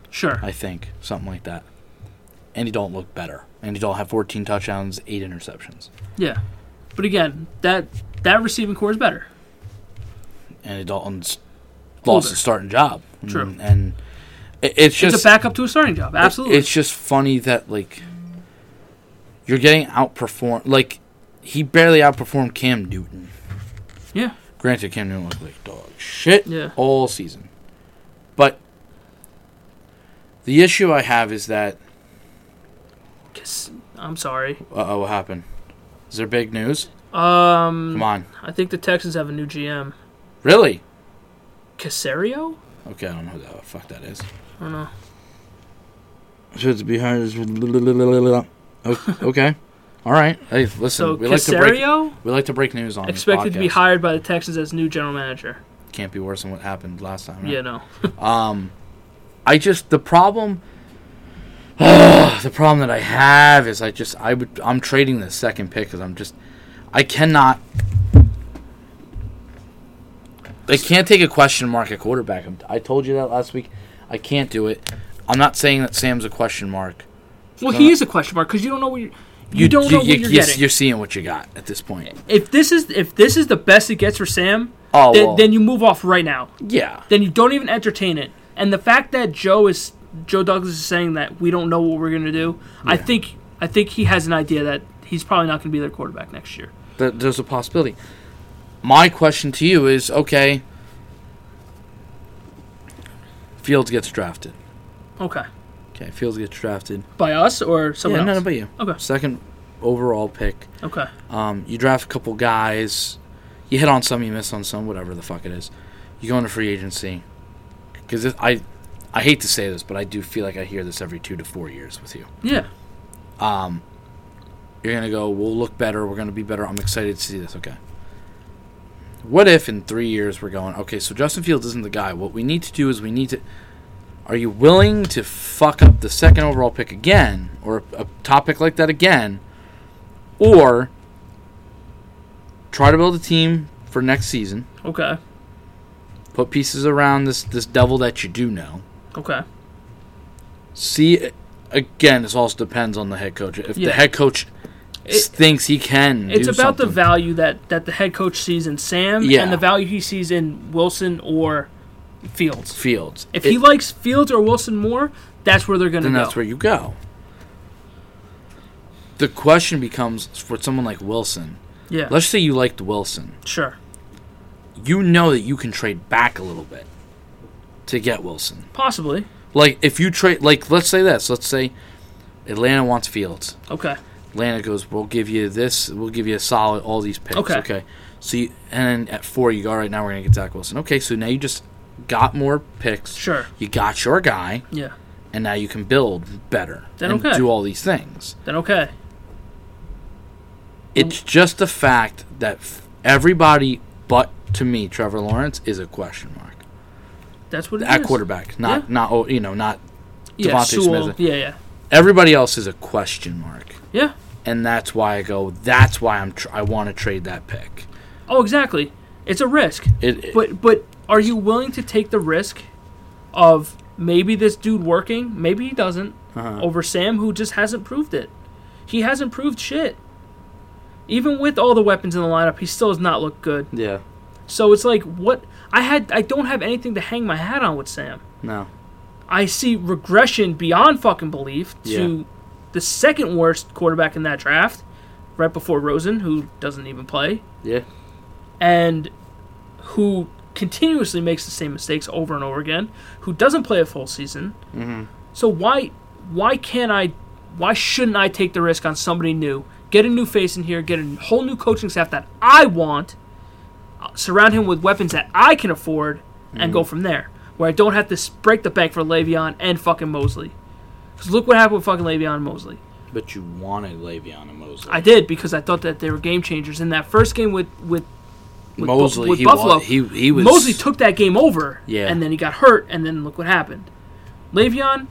Speaker 2: Sure,
Speaker 1: I think, something like that. Andy Dalton looked better. Andy Dalton had 14 touchdowns, 8 interceptions.
Speaker 2: yeah, but again, that that receiving core is better.
Speaker 1: Andy Dalton's
Speaker 2: Older.
Speaker 1: lost his starting job.
Speaker 2: True.
Speaker 1: And, and it- it's just
Speaker 2: it's a backup to a starting job, absolutely.
Speaker 1: It's just funny that like you're getting outperformed. Like he barely outperformed Cam Newton.
Speaker 2: yeah,
Speaker 1: Granted, Cam Newton looked like dog shit
Speaker 2: Yeah.
Speaker 1: all season, but the issue I have is that
Speaker 2: 'cause- I'm sorry.
Speaker 1: uh oh, what happened? Is there big news?
Speaker 2: Um,
Speaker 1: Come on,
Speaker 2: I think the Texans have a new GM,
Speaker 1: really?
Speaker 2: Casario.
Speaker 1: Okay, I don't know who the fuck that is.
Speaker 2: I don't know.
Speaker 1: So it's behind us. O- Okay. All right. Hey, listen,
Speaker 2: So
Speaker 1: Mm, we like to break
Speaker 2: Casario
Speaker 1: we like to break news on
Speaker 2: expected
Speaker 1: this
Speaker 2: to be
Speaker 1: podcast.
Speaker 2: hired by the Texans as new general manager.
Speaker 1: Can't be worse than what happened last time. right?
Speaker 2: Yeah, no.
Speaker 1: Um, I just the problem. the problem that I have is I just I would I'm trading the second pick because I'm just I cannot. I can't take a question mark at quarterback. I'm, I told you that last week. I can't do it. I'm not saying that Sam's a question mark.
Speaker 2: Well, he is a question mark because you don't know what you're, you, don't know what you're
Speaker 1: you're,
Speaker 2: getting.
Speaker 1: you're seeing what you got at this point.
Speaker 2: if this is if this is the best it gets for Sam,
Speaker 1: Oh,
Speaker 2: then,
Speaker 1: well,
Speaker 2: then you move off right now.
Speaker 1: yeah.
Speaker 2: Then you don't even entertain it. And the fact that Joe is Joe Douglas is saying that we don't know what we're gonna do, I think I think he has an idea that he's probably not gonna be their quarterback next year.
Speaker 1: Th- there's a possibility. My question to you is okay, Fields gets drafted.
Speaker 2: Okay,
Speaker 1: Okay, Fields gets drafted.
Speaker 2: by us or someone
Speaker 1: yeah, no,
Speaker 2: else?
Speaker 1: no, but you.
Speaker 2: Okay.
Speaker 1: Second overall pick.
Speaker 2: Okay,
Speaker 1: Um, you draft a couple guys. You hit on some, you miss on some, whatever the fuck it is. You go into free agency. Because I, I hate to say this, but I do feel like I hear this every two to four years with you.
Speaker 2: yeah,
Speaker 1: Um, you're gonna go. We'll look better. We're gonna be better. I'm excited to see this. Okay. What if in three years we're going? Okay, so Justin Fields isn't the guy. What we need to do is we need to. Are you willing to fuck up the second overall pick again, or a, a topic like that again, or try to build a team for next season?
Speaker 2: okay,
Speaker 1: Put pieces around this this devil that you do know.
Speaker 2: okay,
Speaker 1: See, again, this also depends on the head coach. If
Speaker 2: Yeah.
Speaker 1: the head coach
Speaker 2: It-
Speaker 1: thinks he can,
Speaker 2: It's
Speaker 1: do
Speaker 2: about the
Speaker 1: something.
Speaker 2: value that, that the head coach sees in Sam
Speaker 1: Yeah.
Speaker 2: and the value he sees in Wilson or Fields.
Speaker 1: Fields.
Speaker 2: If
Speaker 1: It-
Speaker 2: he likes Fields or Wilson more, that's where they're going to
Speaker 1: then
Speaker 2: go.
Speaker 1: that's where you go. The question becomes for someone like Wilson.
Speaker 2: yeah,
Speaker 1: Let's say you liked Wilson.
Speaker 2: sure,
Speaker 1: You know that you can trade back a little bit to get Wilson.
Speaker 2: possibly.
Speaker 1: Like if you trade, like let's say this. Let's say Atlanta wants Fields.
Speaker 2: Okay,
Speaker 1: Atlanta goes, we'll give you this. We'll give you a solid all these picks.
Speaker 2: Okay.
Speaker 1: Okay. So you, and then at four you go. All right, now we're gonna get Zach Wilson. Okay, so now you just got more picks.
Speaker 2: sure,
Speaker 1: You got your guy.
Speaker 2: yeah,
Speaker 1: and now you can build better
Speaker 2: Then
Speaker 1: and
Speaker 2: okay. Mm.
Speaker 1: do all these things.
Speaker 2: then okay,
Speaker 1: It's just the fact that f- everybody but to me, Trevor Lawrence is a question mark
Speaker 2: that's what it is.
Speaker 1: at quarterback. Not
Speaker 2: Yeah.
Speaker 1: not oh, you know not
Speaker 2: yeah,
Speaker 1: Devontae
Speaker 2: Sewell,
Speaker 1: Smith.
Speaker 2: Yeah, yeah,
Speaker 1: everybody else is a question mark,
Speaker 2: yeah.
Speaker 1: and that's why I go. That's why I'm tr- I want to trade that pick.
Speaker 2: Oh, exactly. It's a risk,
Speaker 1: It, it-
Speaker 2: but but are you willing to take the risk of maybe this dude working, maybe he doesn't,
Speaker 1: uh-huh.
Speaker 2: over Sam, who just hasn't proved it. He hasn't proved shit. Even with all the weapons in the lineup, he still has not looked good.
Speaker 1: yeah
Speaker 2: So it's like, what? I had, I don't have anything to hang my hat on with Sam.
Speaker 1: no
Speaker 2: I see regression beyond fucking belief to
Speaker 1: Yeah.
Speaker 2: the second worst quarterback in that draft, right before Rosen, who doesn't even play
Speaker 1: yeah
Speaker 2: and who continuously makes the same mistakes over and over again, who doesn't play a full season. Mm-hmm. So why why can't I why shouldn't I take the risk on somebody new? Get a new face in here, get a whole new coaching staff that I want, uh, surround him with weapons that I can afford, and go from there. Where I don't have to s- break the bank for Le'Veon and fucking Mosley. Because look what happened with fucking Le'Veon and Mosley.
Speaker 1: but you wanted Le'Veon and Mosley.
Speaker 2: I did because I thought that they were game changers. In that first game with with with, Bu-
Speaker 1: Mosley
Speaker 2: with
Speaker 1: he
Speaker 2: Buffalo,
Speaker 1: was he he was
Speaker 2: Mosley took that game over.
Speaker 1: Yeah.
Speaker 2: And then he got hurt, and then look what happened. Le'Veon,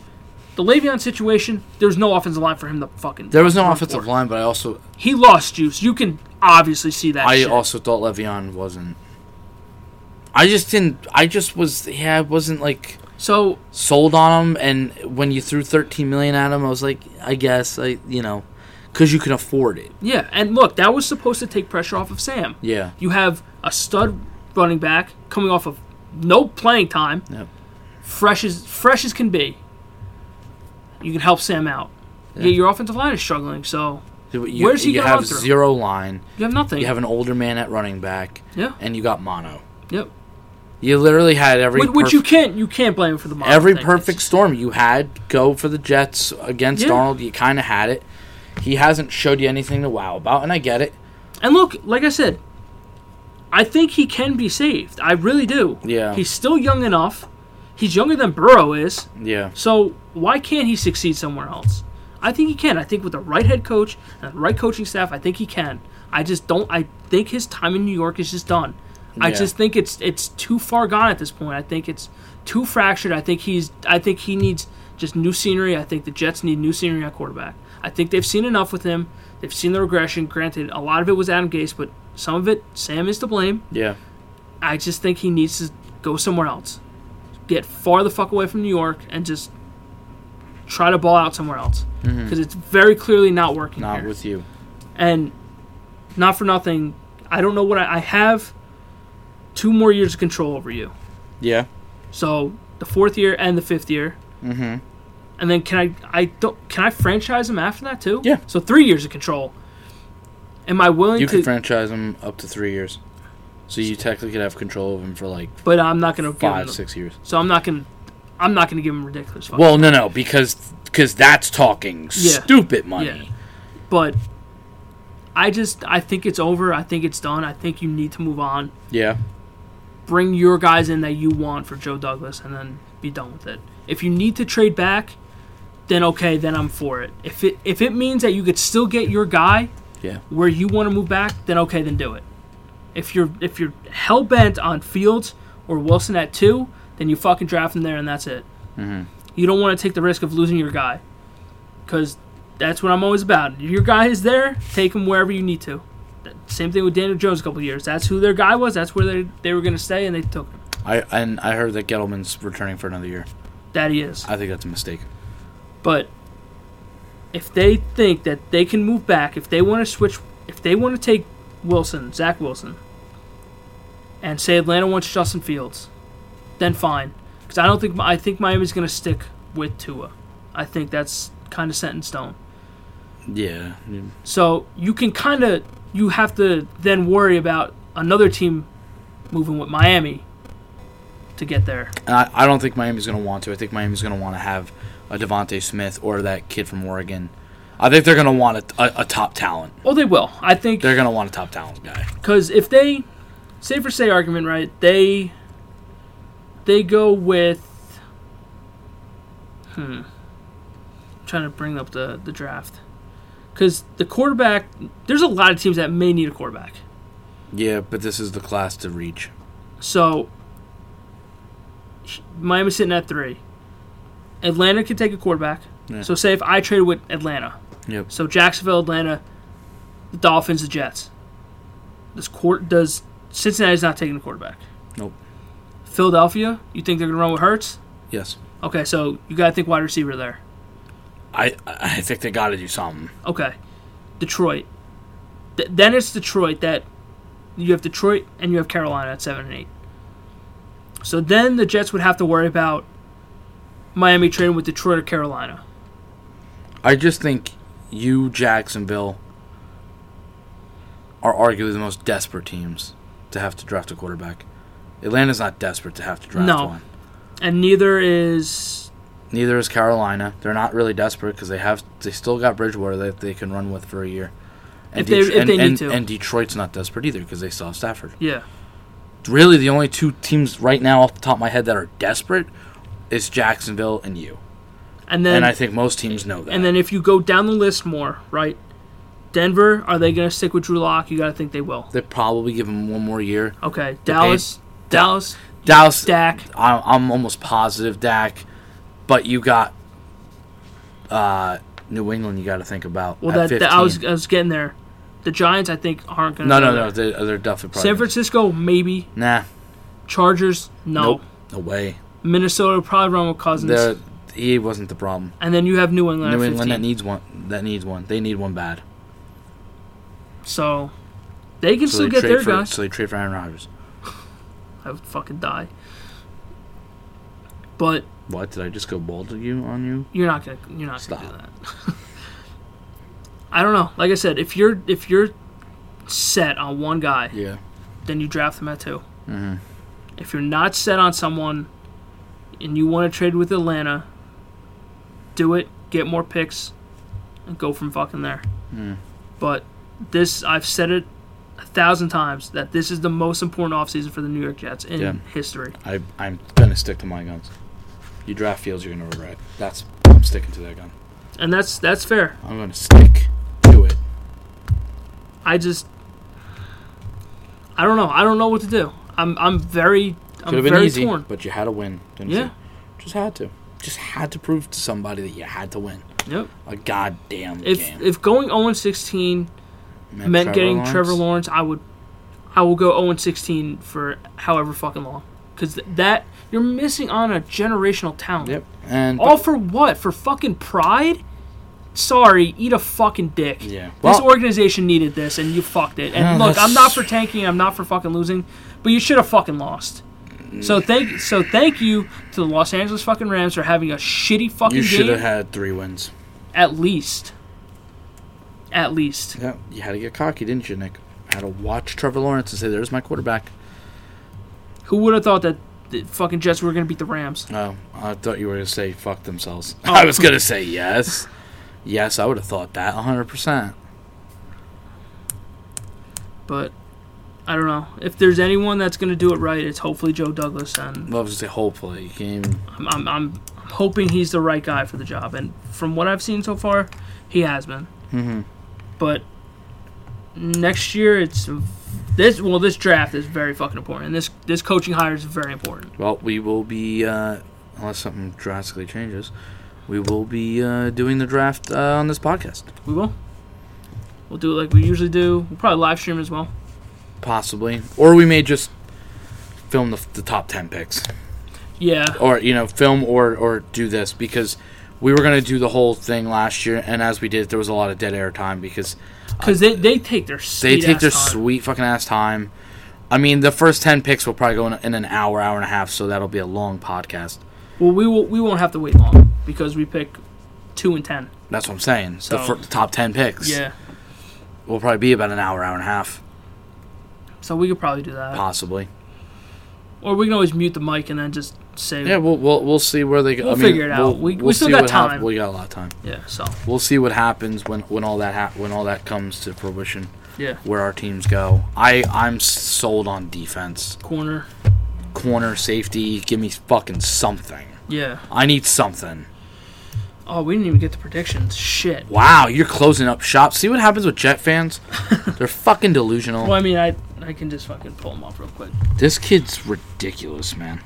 Speaker 2: the Le'Veon situation, there's no offensive line for him to fucking.
Speaker 1: There was no
Speaker 2: run
Speaker 1: offensive
Speaker 2: for.
Speaker 1: line, but I also
Speaker 2: He lost juice. You can obviously see that.
Speaker 1: I
Speaker 2: shit.
Speaker 1: also thought Le'Veon wasn't. I just didn't. I just was. Yeah, I wasn't like
Speaker 2: So
Speaker 1: sold on him. And when you threw thirteen million at him, I was like, I guess I, you know, because you can afford it.
Speaker 2: yeah, and look, that was supposed to take pressure off of Sam.
Speaker 1: Yeah,
Speaker 2: You have a stud running back coming off of no playing time,
Speaker 1: Yep.
Speaker 2: fresh as fresh as can be. You can help Sam out. Yeah, your offensive line is struggling, so
Speaker 1: You- you,
Speaker 2: Where's he
Speaker 1: you
Speaker 2: gonna
Speaker 1: have
Speaker 2: run through?
Speaker 1: zero line.
Speaker 2: you have nothing.
Speaker 1: You have an older man at running back,
Speaker 2: yeah,
Speaker 1: and you got mono.
Speaker 2: yep.
Speaker 1: You literally had every
Speaker 2: Which, which
Speaker 1: perf-
Speaker 2: you can't you can't blame him for the model
Speaker 1: every
Speaker 2: thing.
Speaker 1: perfect storm you had go for the Jets against
Speaker 2: Yeah.
Speaker 1: Donald. You kind of had it. He hasn't showed you anything to wow about, and I get it.
Speaker 2: And look, like I said, I think he can be saved. I really do.
Speaker 1: Yeah.
Speaker 2: He's still young enough. He's younger than Burrow is,
Speaker 1: Yeah.
Speaker 2: so why can't he succeed somewhere else? I think he can. I think with the right head coach and the right coaching staff, I think he can. I just don't. I think his time in New York is just done. I
Speaker 1: Yeah.
Speaker 2: just think it's it's too far gone at this point. I think it's too fractured. I think he's. I think he needs just new scenery. I think the Jets need new scenery at quarterback. I think they've seen enough with him. They've seen the regression. Granted, a lot of it was Adam Gase, but some of it Sam is to blame.
Speaker 1: Yeah.
Speaker 2: I just think he needs to go somewhere else. Get far the fuck away from New York and just try to ball out somewhere else. Because it's very clearly not working.
Speaker 1: Mm-hmm. Not
Speaker 2: here.
Speaker 1: with you.
Speaker 2: and not for nothing, I don't know what I, I have two more years of control over you.
Speaker 1: Yeah.
Speaker 2: So the fourth year and the fifth year.
Speaker 1: Mhm.
Speaker 2: And then can I I don't can I franchise him after that too?
Speaker 1: Yeah.
Speaker 2: So three years of control. Am I willing
Speaker 1: You
Speaker 2: to
Speaker 1: can franchise him up to three years. So you technically could have control of him for like
Speaker 2: but I'm not gonna give him
Speaker 1: five,
Speaker 2: the-
Speaker 1: six years.
Speaker 2: so I'm not gonna I'm not gonna give him ridiculous fucking
Speaker 1: Well, no, no, because because that's talking
Speaker 2: Yeah.
Speaker 1: stupid money.
Speaker 2: Yeah. but I just I think it's over. I think it's done. I think you need to move on.
Speaker 1: Yeah.
Speaker 2: Bring your guys in that you want for Joe Douglas, and then be done with it. If you need to trade back, then okay, then I'm for it. If it if it means that you could still get your guy
Speaker 1: Yeah.
Speaker 2: where you want to move back, then okay, then do it. If you're if you're hell bent on Fields or Wilson at two, then you fucking draft him there, and that's it. You don't want to take the risk of losing your guy, because that's what I'm always about. If your guy is there, take him wherever you need to. That- Same thing with Daniel Jones a couple years. That's who their guy was. That's where they, they were going to stay, and they took him.
Speaker 1: I and I heard that Gettleman's returning for another year.
Speaker 2: That he is.
Speaker 1: I think that's a mistake.
Speaker 2: But if they think that they can move back, if they want to switch, if they want to take Wilson, Zach Wilson, and say Atlanta wants Justin Fields, then fine. Because I don't think I think Miami's going to stick with Tua. I think that's kind of set in stone.
Speaker 1: Yeah.
Speaker 2: So you can kind of you have to then worry about another team moving with Miami to get there.
Speaker 1: And I, I don't think Miami's going to want to. I think Miami's going to want to have a Devonte Smith or that kid from Oregon. I think they're going to want a, a, a top talent.
Speaker 2: Oh, they will. I think
Speaker 1: They're going to want a top talent guy.
Speaker 2: because if they say for say argument right they they go with hmm I'm trying to bring up the the draft because the quarterback there's a lot of teams that may need a quarterback
Speaker 1: Yeah, but this is the class to reach.
Speaker 2: so Miami's sitting at three Atlanta could take a quarterback
Speaker 1: Yeah.
Speaker 2: so say if I trade with Atlanta
Speaker 1: Yep.
Speaker 2: So Jacksonville, Atlanta, the Dolphins, the Jets. Does court does Cincinnati's not taking the quarterback?
Speaker 1: Nope.
Speaker 2: Philadelphia, you think they're gonna run with Hurts?
Speaker 1: Yes.
Speaker 2: Okay, so you gotta think wide receiver there.
Speaker 1: I I think they got to do something.
Speaker 2: Okay, Detroit. Th- then it's Detroit that you have Detroit and you have Carolina at seven and eight. So then the Jets would have to worry about Miami trading with Detroit or Carolina.
Speaker 1: I just think you Jacksonville are arguably the most desperate teams to have to draft a quarterback. Atlanta's not desperate to have to draft
Speaker 2: No.
Speaker 1: one.
Speaker 2: And neither is
Speaker 1: Neither is Carolina. They're not really desperate because they have they still got Bridgewater that they can run with for a year. And
Speaker 2: If they-
Speaker 1: Detr-
Speaker 2: if
Speaker 1: and,
Speaker 2: they need
Speaker 1: and-
Speaker 2: to.
Speaker 1: and Detroit's not desperate either because they still have Stafford.
Speaker 2: yeah.
Speaker 1: Really, the only two teams right now off the top of my head that are desperate is Jacksonville and you.
Speaker 2: And then
Speaker 1: And, I think most teams know that.
Speaker 2: And then if you go down the list more, right? Denver, are they going to stick with Drew Lock? You got to think they will.
Speaker 1: they probably give him one more year.
Speaker 2: Okay, Dallas, Dallas,
Speaker 1: Dallas,
Speaker 2: Dak.
Speaker 1: I'm, I'm almost positive Dak, but you got uh, New England. You got to think about.
Speaker 2: Well,
Speaker 1: at
Speaker 2: that, that I was
Speaker 1: 15.
Speaker 2: I was getting there. The Giants, I think, aren't going
Speaker 1: No, no, no. They're, they're definitely probably.
Speaker 2: San Francisco, maybe.
Speaker 1: Nah.
Speaker 2: Chargers, no.
Speaker 1: Nope. No way.
Speaker 2: Minnesota, probably run with Cousins.
Speaker 1: They're, he wasn't the problem.
Speaker 2: and then you have New England.
Speaker 1: New
Speaker 2: at
Speaker 1: England
Speaker 2: 15.
Speaker 1: that needs one. That needs one. They need one bad.
Speaker 2: so they can
Speaker 1: So
Speaker 2: still
Speaker 1: they
Speaker 2: get
Speaker 1: trade
Speaker 2: their
Speaker 1: for.
Speaker 2: guys.
Speaker 1: So they trade for Aaron Rodgers.
Speaker 2: I would fucking die. But
Speaker 1: What did I just go bold to you on you?
Speaker 2: You're not gonna. You're not gonna do
Speaker 1: Stop.
Speaker 2: that. I don't know. Like I said, if you're if you're set on one guy,
Speaker 1: Yeah.
Speaker 2: then you draft them at 2 Mm-hmm. If you're not set on someone, and you want to trade with Atlanta, do it. Get more picks, and go from fucking there.
Speaker 1: Mm.
Speaker 2: But this, I've said it a thousand times that this is the most important offseason for the New York Jets in
Speaker 1: Yeah.
Speaker 2: history.
Speaker 1: I I'm gonna stick to my guns. You draft Fields, you're gonna regret. it. That's I'm sticking to that gun.
Speaker 2: and that's that's fair.
Speaker 1: I'm gonna stick to it.
Speaker 2: I just I don't know. I don't know what to do. I'm I'm very I'm
Speaker 1: Could have been
Speaker 2: very
Speaker 1: easy,
Speaker 2: torn.
Speaker 1: but you had to win, didn't
Speaker 2: Yeah.
Speaker 1: you? Just had to. Just had to prove to somebody that you had to win
Speaker 2: Yep.
Speaker 1: a goddamn
Speaker 2: If
Speaker 1: game.
Speaker 2: if going 0 16
Speaker 1: meant,
Speaker 2: meant getting Trevor Lawrence, I would I will go 0 16 for however fucking long cuz that you're missing on a generational talent.
Speaker 1: Yep. And
Speaker 2: All for what? For fucking pride? Sorry, eat a fucking dick.
Speaker 1: yeah.
Speaker 2: this
Speaker 1: Well,
Speaker 2: organization needed this, and you fucked it. And
Speaker 1: Yeah,
Speaker 2: look, I'm
Speaker 1: that's-
Speaker 2: not for tanking. I'm not for fucking losing. But you should have fucking lost. So thank so thank you to the Los Angeles fucking Rams for having a shitty fucking
Speaker 1: you should
Speaker 2: game.
Speaker 1: have had three wins.
Speaker 2: at least. At least.
Speaker 1: Yeah, you had to get cocky, didn't you, Nick? Had to watch Trevor Lawrence and say, "There's my quarterback."
Speaker 2: Who would have thought that the fucking Jets were gonna beat the Rams?
Speaker 1: Oh, I thought you were gonna say "fuck themselves."
Speaker 2: Oh.
Speaker 1: I was gonna say yes, yes. I would have thought that 100. percent
Speaker 2: But I don't know. If there's anyone that's gonna do it right, it's hopefully Joe Douglas, and
Speaker 1: Well, I was gonna say hopefully. You can even-
Speaker 2: I'm I'm, I'm hoping he's the right guy for the job. And from what I've seen so far, he has been.
Speaker 1: Mhm.
Speaker 2: but next year it's this well this draft is very fucking important and this this coaching hire is very important
Speaker 1: Well, we will be uh, unless something drastically changes. We will be uh, doing the draft uh, on this podcast,
Speaker 2: we will we'll do it like we usually do we'll probably live stream as well
Speaker 1: possibly, or we may just film the, the top 10 picks.
Speaker 2: yeah
Speaker 1: or you know film or or do this because we were going to do the whole thing last year and as we did there was a lot of dead air time because
Speaker 2: because they, they take their
Speaker 1: they
Speaker 2: sweet
Speaker 1: take
Speaker 2: ass
Speaker 1: their
Speaker 2: time.
Speaker 1: sweet fucking ass time i mean the first 10 picks will probably go in, in an hour hour and a half so that'll be a long podcast
Speaker 2: well we will we won't have to wait long because we pick two and ten
Speaker 1: that's what i'm saying the,
Speaker 2: So-
Speaker 1: fir- the top 10 picks
Speaker 2: yeah
Speaker 1: will probably be about an hour hour and a half
Speaker 2: so we could probably do that
Speaker 1: possibly
Speaker 2: or we can always mute the mic and then just say
Speaker 1: yeah we'll we'll, we'll see where they go
Speaker 2: We'll
Speaker 1: I mean,
Speaker 2: figure it out. We- we still
Speaker 1: see
Speaker 2: got
Speaker 1: what hap-
Speaker 2: time.
Speaker 1: we got a lot of time
Speaker 2: yeah so
Speaker 1: we'll see what happens when when all that hap when all that comes to fruition
Speaker 2: yeah
Speaker 1: where our teams go i i'm sold on defense
Speaker 2: corner
Speaker 1: corner safety. Give me fucking something.
Speaker 2: yeah
Speaker 1: I need something.
Speaker 2: oh we didn't even get the predictions shit
Speaker 1: Wow, you're closing up shop. See what happens with Jet fans? They're fucking delusional.
Speaker 2: well i mean i i can just fucking pull them off real quick
Speaker 1: This kid's ridiculous, man.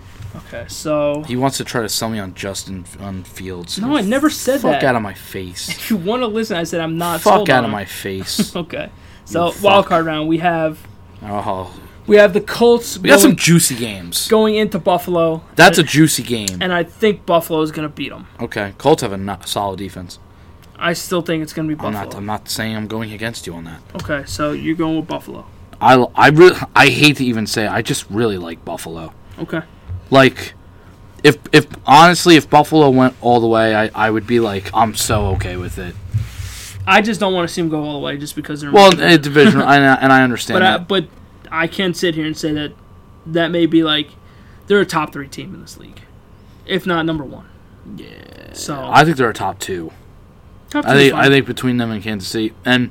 Speaker 2: okay so
Speaker 1: He wants to try to sell me on Justin on Fields.
Speaker 2: No, I never said
Speaker 1: Fuck
Speaker 2: that.
Speaker 1: out of my face.
Speaker 2: If you want to listen, I said I'm not.
Speaker 1: Fuck
Speaker 2: sold
Speaker 1: out
Speaker 2: on
Speaker 1: of
Speaker 2: him.
Speaker 1: my face.
Speaker 2: Okay. So
Speaker 1: You fuck.
Speaker 2: wild card round, we have
Speaker 1: oh,
Speaker 2: we have the Colts
Speaker 1: we
Speaker 2: going,
Speaker 1: got some juicy games.
Speaker 2: going into Buffalo.
Speaker 1: That's a
Speaker 2: and,
Speaker 1: juicy game.
Speaker 2: and I think Buffalo is gonna beat them.
Speaker 1: Okay, Colts have a not solid defense.
Speaker 2: I still think it's gonna be
Speaker 1: I'm
Speaker 2: Buffalo.
Speaker 1: not. I'm not saying I'm going against you on that.
Speaker 2: okay, so you're going with Buffalo.
Speaker 1: I. I really. I hate to even say. I just really like Buffalo.
Speaker 2: Okay.
Speaker 1: like if if honestly if buffalo went all the way i, I would be like i'm so okay with it
Speaker 2: I just don't want to see them go all the way just because they're
Speaker 1: well a division and, I, and i understand
Speaker 2: but I,
Speaker 1: that
Speaker 2: but I can sit here and say that that may be like they're a top three team in this league, if not number one. Yeah. So
Speaker 1: I, think they're a top two
Speaker 2: top
Speaker 1: i
Speaker 2: two is
Speaker 1: think
Speaker 2: fine.
Speaker 1: i think between them and kansas city and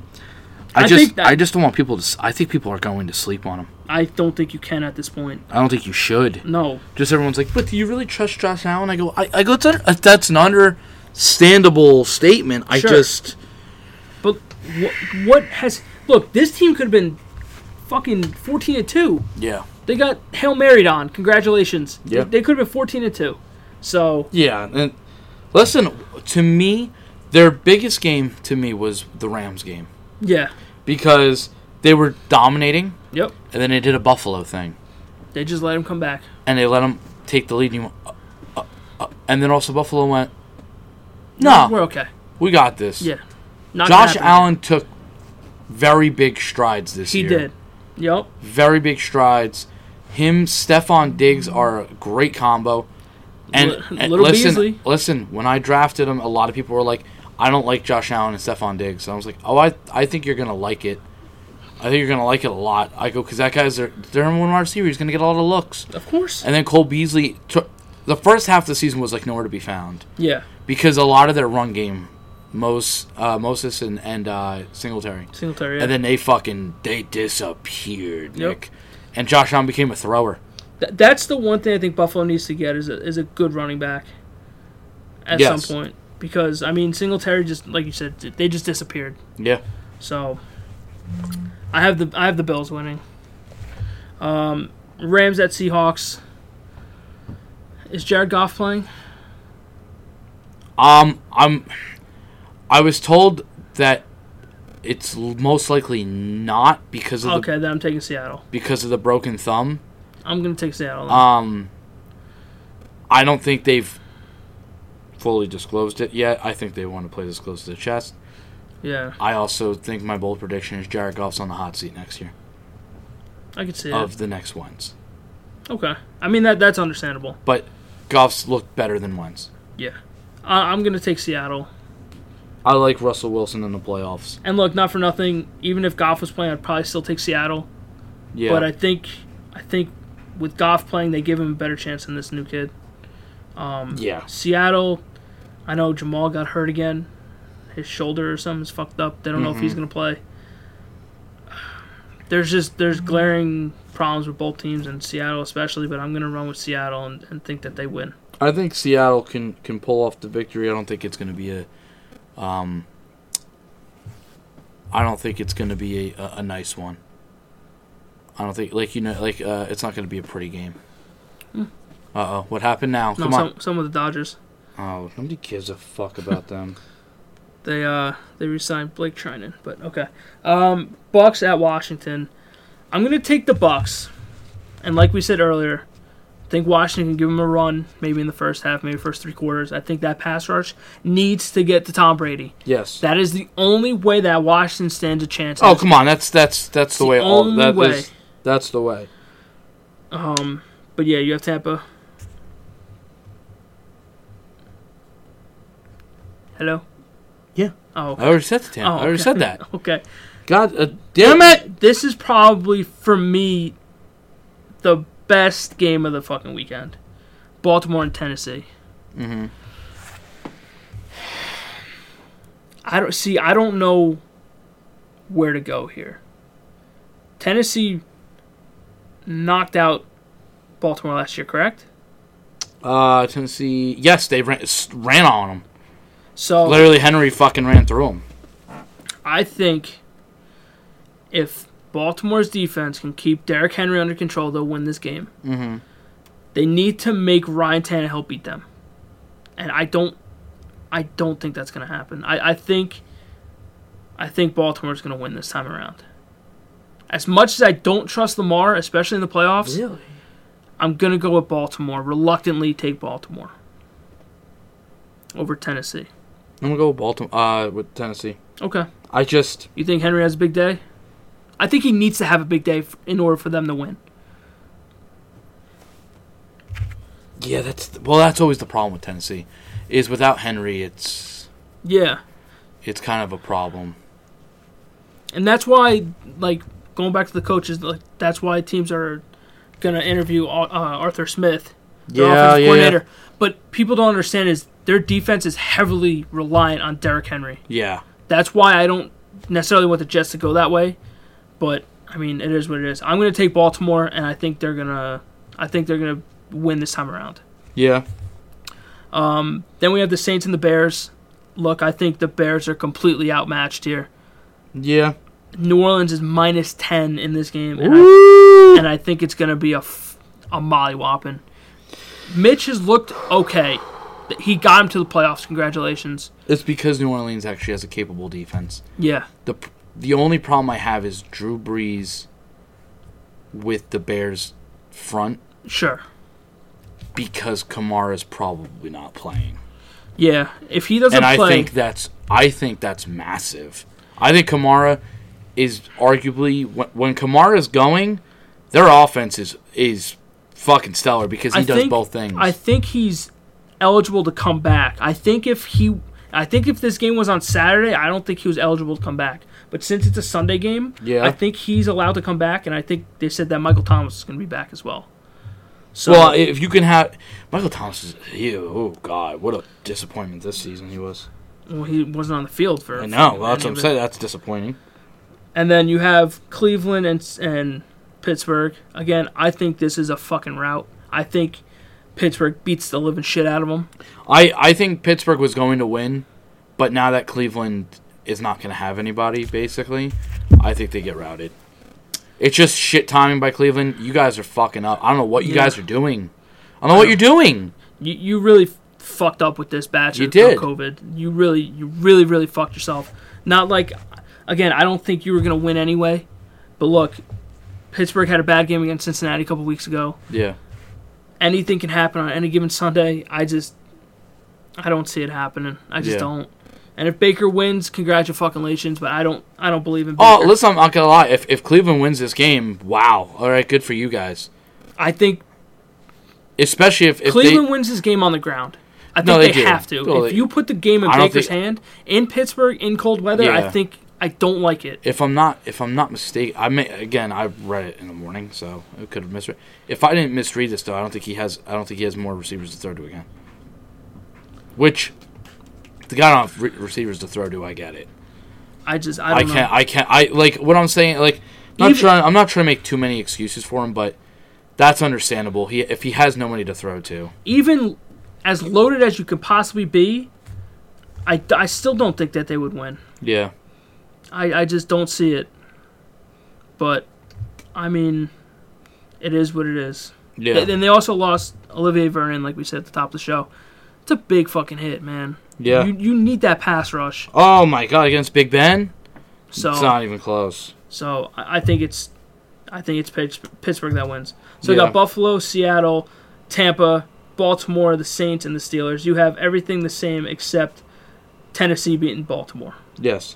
Speaker 2: I
Speaker 1: i
Speaker 2: think
Speaker 1: just
Speaker 2: that-
Speaker 1: i just don't want people to s- i think people are going to sleep on them
Speaker 2: I don't think you can at this point.
Speaker 1: i don't think you should
Speaker 2: No,
Speaker 1: just everyone's like but do you really trust josh allen i go i, I go it's un- uh, that's an understandable statement i
Speaker 2: Sure.
Speaker 1: just
Speaker 2: But what, what has look? This team could have been fucking fourteen and two.
Speaker 1: yeah
Speaker 2: They got hail married on. Congratulations.
Speaker 1: Yeah.
Speaker 2: They, could have been fourteen and two. So
Speaker 1: Yeah, and listen to me. Their biggest game to me was the Rams game
Speaker 2: yeah.
Speaker 1: because they were dominating,
Speaker 2: Yep.
Speaker 1: and then they did a Buffalo thing,
Speaker 2: They just let him come back.
Speaker 1: and they let them take the lead. And, you went, uh, uh, uh, and then also Buffalo went, no,
Speaker 2: We're okay.
Speaker 1: we got this.
Speaker 2: Yeah. Not gonna
Speaker 1: Ah. Josh
Speaker 2: happen.
Speaker 1: Allen took very big strides this
Speaker 2: He
Speaker 1: year.
Speaker 2: did. Yep.
Speaker 1: very big strides. Him, Stefan Diggs are a great combo. And,
Speaker 2: Li-
Speaker 1: and
Speaker 2: Little
Speaker 1: listen,
Speaker 2: Beasley.
Speaker 1: listen, when I drafted him, a lot of people were like, I don't like Josh Allen and Stefan Diggs. And I was like, oh, I, I think you're going to like it. I think you're going to like it a lot. I go, because that guy's their, their number one wide receiver. He's going to get a lot of looks.
Speaker 2: Of course.
Speaker 1: And then Cole Beasley, took, the first half of the season was like nowhere to be found
Speaker 2: yeah.
Speaker 1: because a lot of their run game, Mos, uh, Moses and, and uh, Singletary.
Speaker 2: Singletary. Yeah.
Speaker 1: And then they fucking they disappeared,
Speaker 2: Yep.
Speaker 1: Nick. And Josh Allen became a thrower.
Speaker 2: Th- that's the one thing I think Buffalo needs to get is a, is a good running back. at
Speaker 1: Yes.
Speaker 2: some point because I mean Singletary just like you said they just disappeared.
Speaker 1: Yeah.
Speaker 2: So I have the I have the Bills winning. Um, Rams at Seahawks. Is Jared Goff playing?
Speaker 1: Um, I'm. I was told that it's l- most likely not because of the
Speaker 2: Okay, then I'm taking Seattle.
Speaker 1: because of the broken thumb.
Speaker 2: I'm gonna take Seattle.
Speaker 1: Um, I don't think they've fully disclosed it yet. I think they want to play this close to the chest.
Speaker 2: yeah,
Speaker 1: I also think my bold prediction is Jared Goff's on the hot seat next year
Speaker 2: I could see
Speaker 1: of the next ones.
Speaker 2: it. Okay, I mean that that's understandable.
Speaker 1: But Goff's looked better than Wentz.
Speaker 2: Yeah, I, I'm gonna take Seattle.
Speaker 1: I like Russell Wilson in the playoffs.
Speaker 2: And look, not for nothing. Even if Goff was playing, I'd probably still take Seattle.
Speaker 1: Yeah,
Speaker 2: But I think, I think with Goff playing, they give him a better chance than this new kid. Um,
Speaker 1: yeah.
Speaker 2: Seattle, I know Jamal got hurt again. His shoulder or something is fucked up. They don't know if he's
Speaker 1: Mhm.
Speaker 2: gonna play. There's just there's glaring problems with both teams and Seattle especially, but I'm gonna run with Seattle and, and think that they win.
Speaker 1: I think Seattle can can pull off the victory. I don't think it's going to be a, um, I don't think it's going to be a, a, a nice one. I don't think like you know like uh, it's not going to be a pretty game. Uh oh, what happened now?
Speaker 2: Hmm. No,
Speaker 1: Come on.
Speaker 2: some some of the Dodgers.
Speaker 1: Oh, nobody gives a fuck about them.
Speaker 2: They uh they re-signed Blake Trinan, but okay. Um, Bucks at Washington. I'm gonna take the Bucks, and like we said earlier, I think Washington can give them a run, maybe in the first half, maybe first three quarters. I think that pass rush needs to get to Tom Brady.
Speaker 1: yes.
Speaker 2: That is the only way that Washington stands a chance.
Speaker 1: oh come on, that's that's that's the
Speaker 2: the
Speaker 1: way. all
Speaker 2: only
Speaker 1: that
Speaker 2: way.
Speaker 1: is- that's the way.
Speaker 2: Um, but yeah, you have Tampa. Hello.
Speaker 1: Yeah.
Speaker 2: Oh.
Speaker 1: I already said the Tampa.
Speaker 2: Oh,
Speaker 1: I already
Speaker 2: okay.
Speaker 1: said that.
Speaker 2: Okay.
Speaker 1: God uh, damn it!
Speaker 2: This is probably for me the best game of the fucking weekend. Baltimore and Tennessee.
Speaker 1: Mm-hmm.
Speaker 2: I don't see. I don't know where to go here. Tennessee knocked out Baltimore last year, correct?
Speaker 1: Uh, Tennessee. Yes, they ran s- ran on them.
Speaker 2: So
Speaker 1: Literally, Henry fucking ran through them.
Speaker 2: I think if Baltimore's defense can keep Derrick Henry under control, they'll win this game.
Speaker 1: Mm-hmm.
Speaker 2: They need to make Ryan Tannehill beat them, and I don't, I don't think that's gonna happen. I, I think, I think Baltimore's gonna win this time around. As much as I don't trust Lamar, especially in the playoffs,
Speaker 1: Really?
Speaker 2: I'm gonna go with Baltimore. Reluctantly take Baltimore over Tennessee.
Speaker 1: I'm gonna go with Baltimore. Uh, with Tennessee.
Speaker 2: Okay,
Speaker 1: I just
Speaker 2: you think Henry has a big day? I think he needs to have a big day f- in order for them to win.
Speaker 1: yeah. That's well. That's always the problem with Tennessee, is without Henry, it's
Speaker 2: Yeah,
Speaker 1: it's kind of a problem.
Speaker 2: and that's why like going back to the coaches like that's why teams are gonna interview Ar- uh, arthur smith their offensive coordinator but people don't understand is their defense is heavily reliant on Derrick henry
Speaker 1: yeah.
Speaker 2: that's why i don't necessarily want the jets to go that way but i mean it is what it is i'm gonna take baltimore and i think they're gonna i think they're gonna win this time around
Speaker 1: Yeah.
Speaker 2: um, then we have the saints and the bears look i think the bears are completely outmatched here
Speaker 1: Yeah.
Speaker 2: New Orleans is minus ten in this game, and, I, and I think it's gonna be a f- a molly whopping. Mitch has looked okay. He got him to the playoffs. Congratulations.
Speaker 1: It's because New Orleans actually has a capable defense.
Speaker 2: Yeah,
Speaker 1: the pr- The only problem I have is Drew Brees with the Bears front
Speaker 2: sure.
Speaker 1: because Kamara's probably not playing.
Speaker 2: Yeah, if he doesn't
Speaker 1: and I
Speaker 2: play,
Speaker 1: think that's I think that's massive. I think Kamara is arguably when, when Kamara's going, their offense is is fucking stellar because he
Speaker 2: I
Speaker 1: does
Speaker 2: think-
Speaker 1: both things.
Speaker 2: I think he's eligible to come back. I think if he, I think if this game was on Saturday, I don't think he was eligible to come back. But since it's a Sunday game,
Speaker 1: Yeah.
Speaker 2: I think he's allowed to come back, and I think they said that Michael Thomas is gonna be back as well. So
Speaker 1: well, if you can have Michael Thomas is ew, oh god, what a disappointment this season he was.
Speaker 2: Well, he wasn't on the field for.
Speaker 1: I
Speaker 2: a
Speaker 1: know,
Speaker 2: fucking
Speaker 1: well, that's what
Speaker 2: any
Speaker 1: I'm
Speaker 2: of it.
Speaker 1: saying. That's disappointing.
Speaker 2: And then you have Cleveland and and Pittsburgh. Again, I think this is a fucking rout. I think Pittsburgh beats the living shit out of them.
Speaker 1: I, I think Pittsburgh was going to win, but now that Cleveland is not going to have anybody, basically, I think they get routed. It's just shit timing by Cleveland. You guys are fucking up. I don't know what you
Speaker 2: Yeah.
Speaker 1: guys are doing. I don't know what you're doing.
Speaker 2: You, you really f- fucked up with this batch
Speaker 1: You
Speaker 2: of
Speaker 1: did.
Speaker 2: of COVID. You really, you really, really fucked yourself. Not like, again, I don't think you were going to win anyway. But look, Pittsburgh had a bad game against Cincinnati a couple weeks ago.
Speaker 1: Yeah.
Speaker 2: Anything can happen on any given Sunday. I just, I don't see it happening. I just
Speaker 1: Yeah.
Speaker 2: don't. And if Baker wins, congratulations. But I don't, I don't believe in Baker.
Speaker 1: Oh, listen, I'm not going to lie. If, if Cleveland wins this game, wow. All right, good for you guys.
Speaker 2: I think
Speaker 1: Especially if, if
Speaker 2: Cleveland
Speaker 1: they.
Speaker 2: wins this game on the ground. I think
Speaker 1: No,
Speaker 2: they,
Speaker 1: they do.
Speaker 2: have to.
Speaker 1: Well,
Speaker 2: if
Speaker 1: they-
Speaker 2: you put the game in
Speaker 1: I don't
Speaker 2: Baker's
Speaker 1: think-
Speaker 2: hand in Pittsburgh in cold weather, I
Speaker 1: Yeah.
Speaker 2: think I don't like it.
Speaker 1: If I'm not, if I'm not mistaken, I may again. I read it in the morning, so I could have misread. If I didn't misread this, though, I don't think he has. I don't think he has more receivers to throw to again. Which the guy don't have re- receivers to throw to. I get it.
Speaker 2: I just I
Speaker 1: I
Speaker 2: don't
Speaker 1: can't.
Speaker 2: know.
Speaker 1: I can't. I like what I'm saying. Like, not
Speaker 2: Even-
Speaker 1: trying. I'm not trying to make too many excuses for him, but that's understandable. He if he has nobody to throw to,
Speaker 2: Even as loaded as you could possibly be, I, I still don't think that they would win.
Speaker 1: yeah.
Speaker 2: I, I just don't see it. But I mean, it is what it is.
Speaker 1: Yeah,
Speaker 2: And then they also lost Olivier Vernon, like we said at the top of the show. It's a big fucking hit, man.
Speaker 1: yeah.
Speaker 2: You you need that pass rush.
Speaker 1: oh my god, against Big Ben,
Speaker 2: So
Speaker 1: it's not even close.
Speaker 2: So I I think it's, I think it's Pitts- Pittsburgh that wins. So you
Speaker 1: Yeah.
Speaker 2: got Buffalo, Seattle, Tampa, Baltimore, the Saints, and the Steelers. You have everything the same except Tennessee beating Baltimore.
Speaker 1: Yes.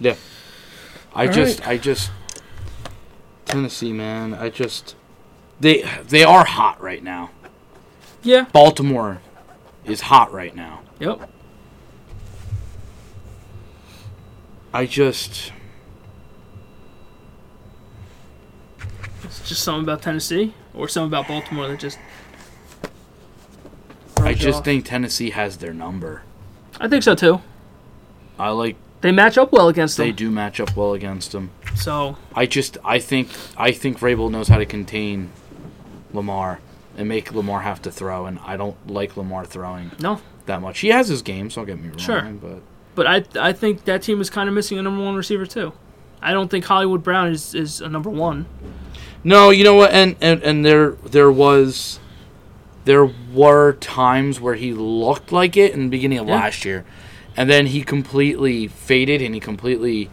Speaker 1: Yeah. I
Speaker 2: All
Speaker 1: just, I just, Tennessee, man. I just, they, they are hot right now.
Speaker 2: Yeah.
Speaker 1: Baltimore is hot right now.
Speaker 2: Yep.
Speaker 1: I just,
Speaker 2: It's just something about Tennessee or something about Baltimore that just.
Speaker 1: I
Speaker 2: throws you
Speaker 1: just
Speaker 2: off.
Speaker 1: think Tennessee has their number.
Speaker 2: I think so too.
Speaker 1: I like
Speaker 2: They match up well against
Speaker 1: they
Speaker 2: them.
Speaker 1: do match up well against them.
Speaker 2: So
Speaker 1: I just, I think, I think Rabel knows how to contain Lamar and make Lamar have to throw, and I don't like Lamar throwing
Speaker 2: no,
Speaker 1: that much. He has his games. Don't get me wrong,
Speaker 2: Sure.
Speaker 1: but
Speaker 2: but I I think that team is kind of missing a number one receiver too. I don't think Hollywood Brown is, is a number one.
Speaker 1: No, you know what? And, and and there there was there were times where he looked like it in the beginning of
Speaker 2: Yeah.
Speaker 1: last year, and then he completely faded and he completely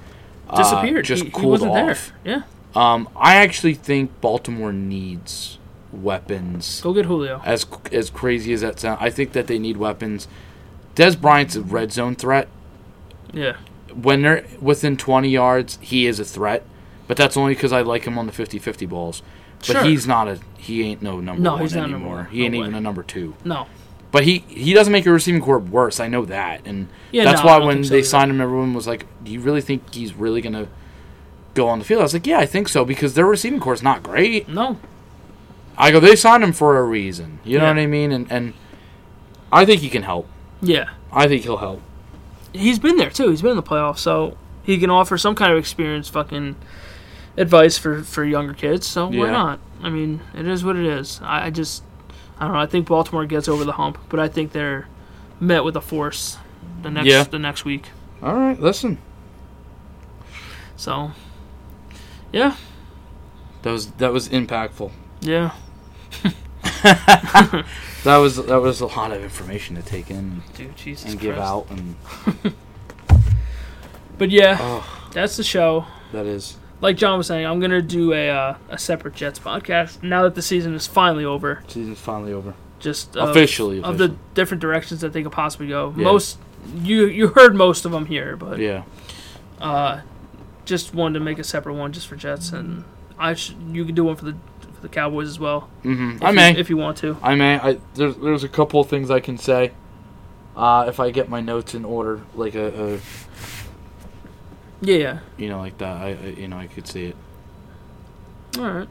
Speaker 1: uh,
Speaker 2: Disappeared.
Speaker 1: just
Speaker 2: he,
Speaker 1: cooled
Speaker 2: he wasn't
Speaker 1: off.
Speaker 2: there. Yeah.
Speaker 1: Um, I actually think Baltimore needs weapons.
Speaker 2: Go get Julio.
Speaker 1: As as crazy as that sounds, I think that they need weapons. Des Bryant's a red zone threat.
Speaker 2: Yeah.
Speaker 1: When they're within 20 yards, he is a threat, but that's only because I like him on the 50-50 balls. But
Speaker 2: Sure.
Speaker 1: he's not a he ain't no number
Speaker 2: No,
Speaker 1: one
Speaker 2: he's not number
Speaker 1: anymore.
Speaker 2: one.
Speaker 1: He
Speaker 2: No
Speaker 1: ain't
Speaker 2: way.
Speaker 1: even a number two.
Speaker 2: No.
Speaker 1: But he he doesn't make your receiving corps worse. I know that, and
Speaker 2: Yeah,
Speaker 1: that's
Speaker 2: no, I
Speaker 1: why
Speaker 2: don't
Speaker 1: when
Speaker 2: think so
Speaker 1: they
Speaker 2: either.
Speaker 1: signed him, everyone was like, "Do you really think he's really gonna go on the field?" I was like, "Yeah, I think so," because their receiving corps is not great.
Speaker 2: No.
Speaker 1: I go, they signed him for a reason. You know
Speaker 2: Yeah.
Speaker 1: what I mean? And and I think he can help.
Speaker 2: Yeah.
Speaker 1: I think he'll help.
Speaker 2: He's been there too. He's been in the playoffs, so he can offer some kind of experience fucking advice for, for younger kids, so why
Speaker 1: Yeah.
Speaker 2: not? I mean, it is what it is. I, I just I don't know, I think Baltimore gets over the hump, but I think they're met with a force the next
Speaker 1: Yeah.
Speaker 2: the next week.
Speaker 1: All right, listen.
Speaker 2: So Yeah,
Speaker 1: That was that was impactful.
Speaker 2: yeah.
Speaker 1: That was that was a lot of information to take in
Speaker 2: Dude, Jesus
Speaker 1: and give out, and
Speaker 2: But yeah,
Speaker 1: oh,
Speaker 2: that's the show.
Speaker 1: that is
Speaker 2: Like John was saying, I'm gonna do a uh, a separate Jets podcast now that the season is finally over.
Speaker 1: season's finally over.
Speaker 2: just of,
Speaker 1: Officially,
Speaker 2: of the
Speaker 1: officially.
Speaker 2: different directions that they could possibly go.
Speaker 1: Yeah.
Speaker 2: Most you you heard most of them here, but
Speaker 1: Yeah,
Speaker 2: uh, just wanted to make a separate one just for Jets, and I sh- you can do one for the for the Cowboys as well.
Speaker 1: mm-hmm.
Speaker 2: If
Speaker 1: I
Speaker 2: you-
Speaker 1: may,
Speaker 2: if you want to.
Speaker 1: I may. I there's there's a couple of things I can say. Uh, if I get my notes in order, like a, a
Speaker 2: Yeah, yeah.
Speaker 1: you know like that, I, I you know I could see it.
Speaker 2: All right.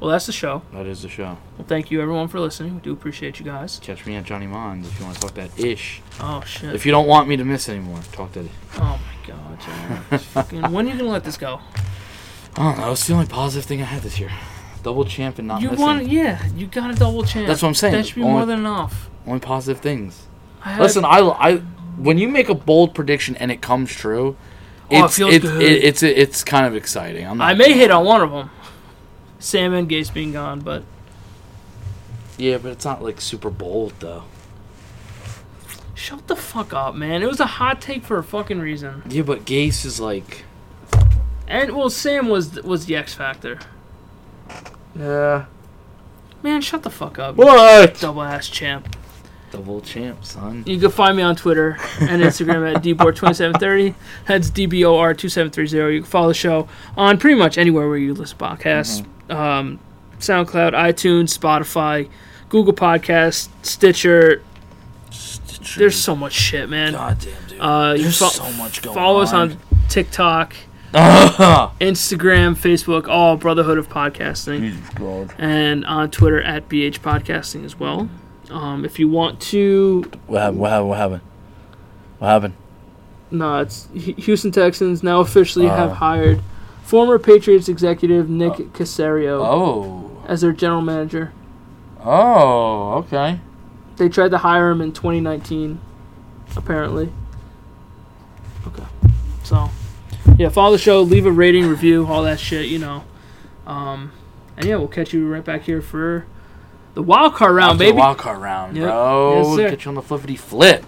Speaker 2: Well, that's the show.
Speaker 1: That is the show.
Speaker 2: Well, thank you everyone for listening. We do appreciate you guys.
Speaker 1: Catch me at Johnny Mons if you want to talk that ish.
Speaker 2: Oh shit.
Speaker 1: If you don't want me to miss anymore, talk that.
Speaker 2: oh my god. John. Fucking- when are you gonna let this go?
Speaker 1: Oh, I don't know. It's the only positive thing I had this year. Double champ and not
Speaker 2: you
Speaker 1: missing.
Speaker 2: want, yeah, you got a double chance.
Speaker 1: That's what I'm saying.
Speaker 2: That should be
Speaker 1: Only-
Speaker 2: more than enough.
Speaker 1: Only positive things.
Speaker 2: I had-
Speaker 1: Listen, I, I when you make a bold prediction and it comes true,
Speaker 2: Oh, it
Speaker 1: it's
Speaker 2: feels
Speaker 1: it's-
Speaker 2: good.
Speaker 1: it- it's it's kind of exciting. I'm not,
Speaker 2: I may hit on one of them. Sam and Gase being gone, but
Speaker 1: Yeah, but it's not like super bold though.
Speaker 2: shut the fuck up, man. It was a hot take for a fucking reason.
Speaker 1: Yeah, but Gase is like.
Speaker 2: And well, Sam was was the X factor.
Speaker 1: Yeah.
Speaker 2: Man, shut the fuck up.
Speaker 1: What?
Speaker 2: Double ass champ.
Speaker 1: Double champ, son.
Speaker 2: You can find me on Twitter and Instagram at dbor2730. That's dbor2730. You can follow the show on pretty much anywhere where you listen to podcasts.
Speaker 1: Mm-hmm.
Speaker 2: Um, SoundCloud, iTunes, Spotify, Google Podcasts, Stitcher. There's so much shit, man.
Speaker 1: goddamn dude.
Speaker 2: Uh, you
Speaker 1: There's
Speaker 2: fo-
Speaker 1: so much going
Speaker 2: follow
Speaker 1: on.
Speaker 2: us on TikTok, Instagram, Facebook, all Brotherhood of Podcasting,
Speaker 1: Jesus God.
Speaker 2: and on Twitter at BH Podcasting as well. Um, if you want to,
Speaker 1: What happened? What happened? What happened? What happened?
Speaker 2: no, it's H- Houston Texans now officially have
Speaker 1: Oh.
Speaker 2: hired former Patriots executive Nick Casario
Speaker 1: Oh.
Speaker 2: as their general manager.
Speaker 1: Oh. Okay.
Speaker 2: They tried to hire him in 2019, apparently. Okay. So, yeah, follow the show, leave a rating, review, all that shit, you know. Um, and yeah, we'll catch you right back here for the wild card round,
Speaker 1: After the
Speaker 2: baby.
Speaker 1: Wild card round,
Speaker 2: Yep.
Speaker 1: bro.
Speaker 2: Yes, sir.
Speaker 1: Get you on the flippity flip.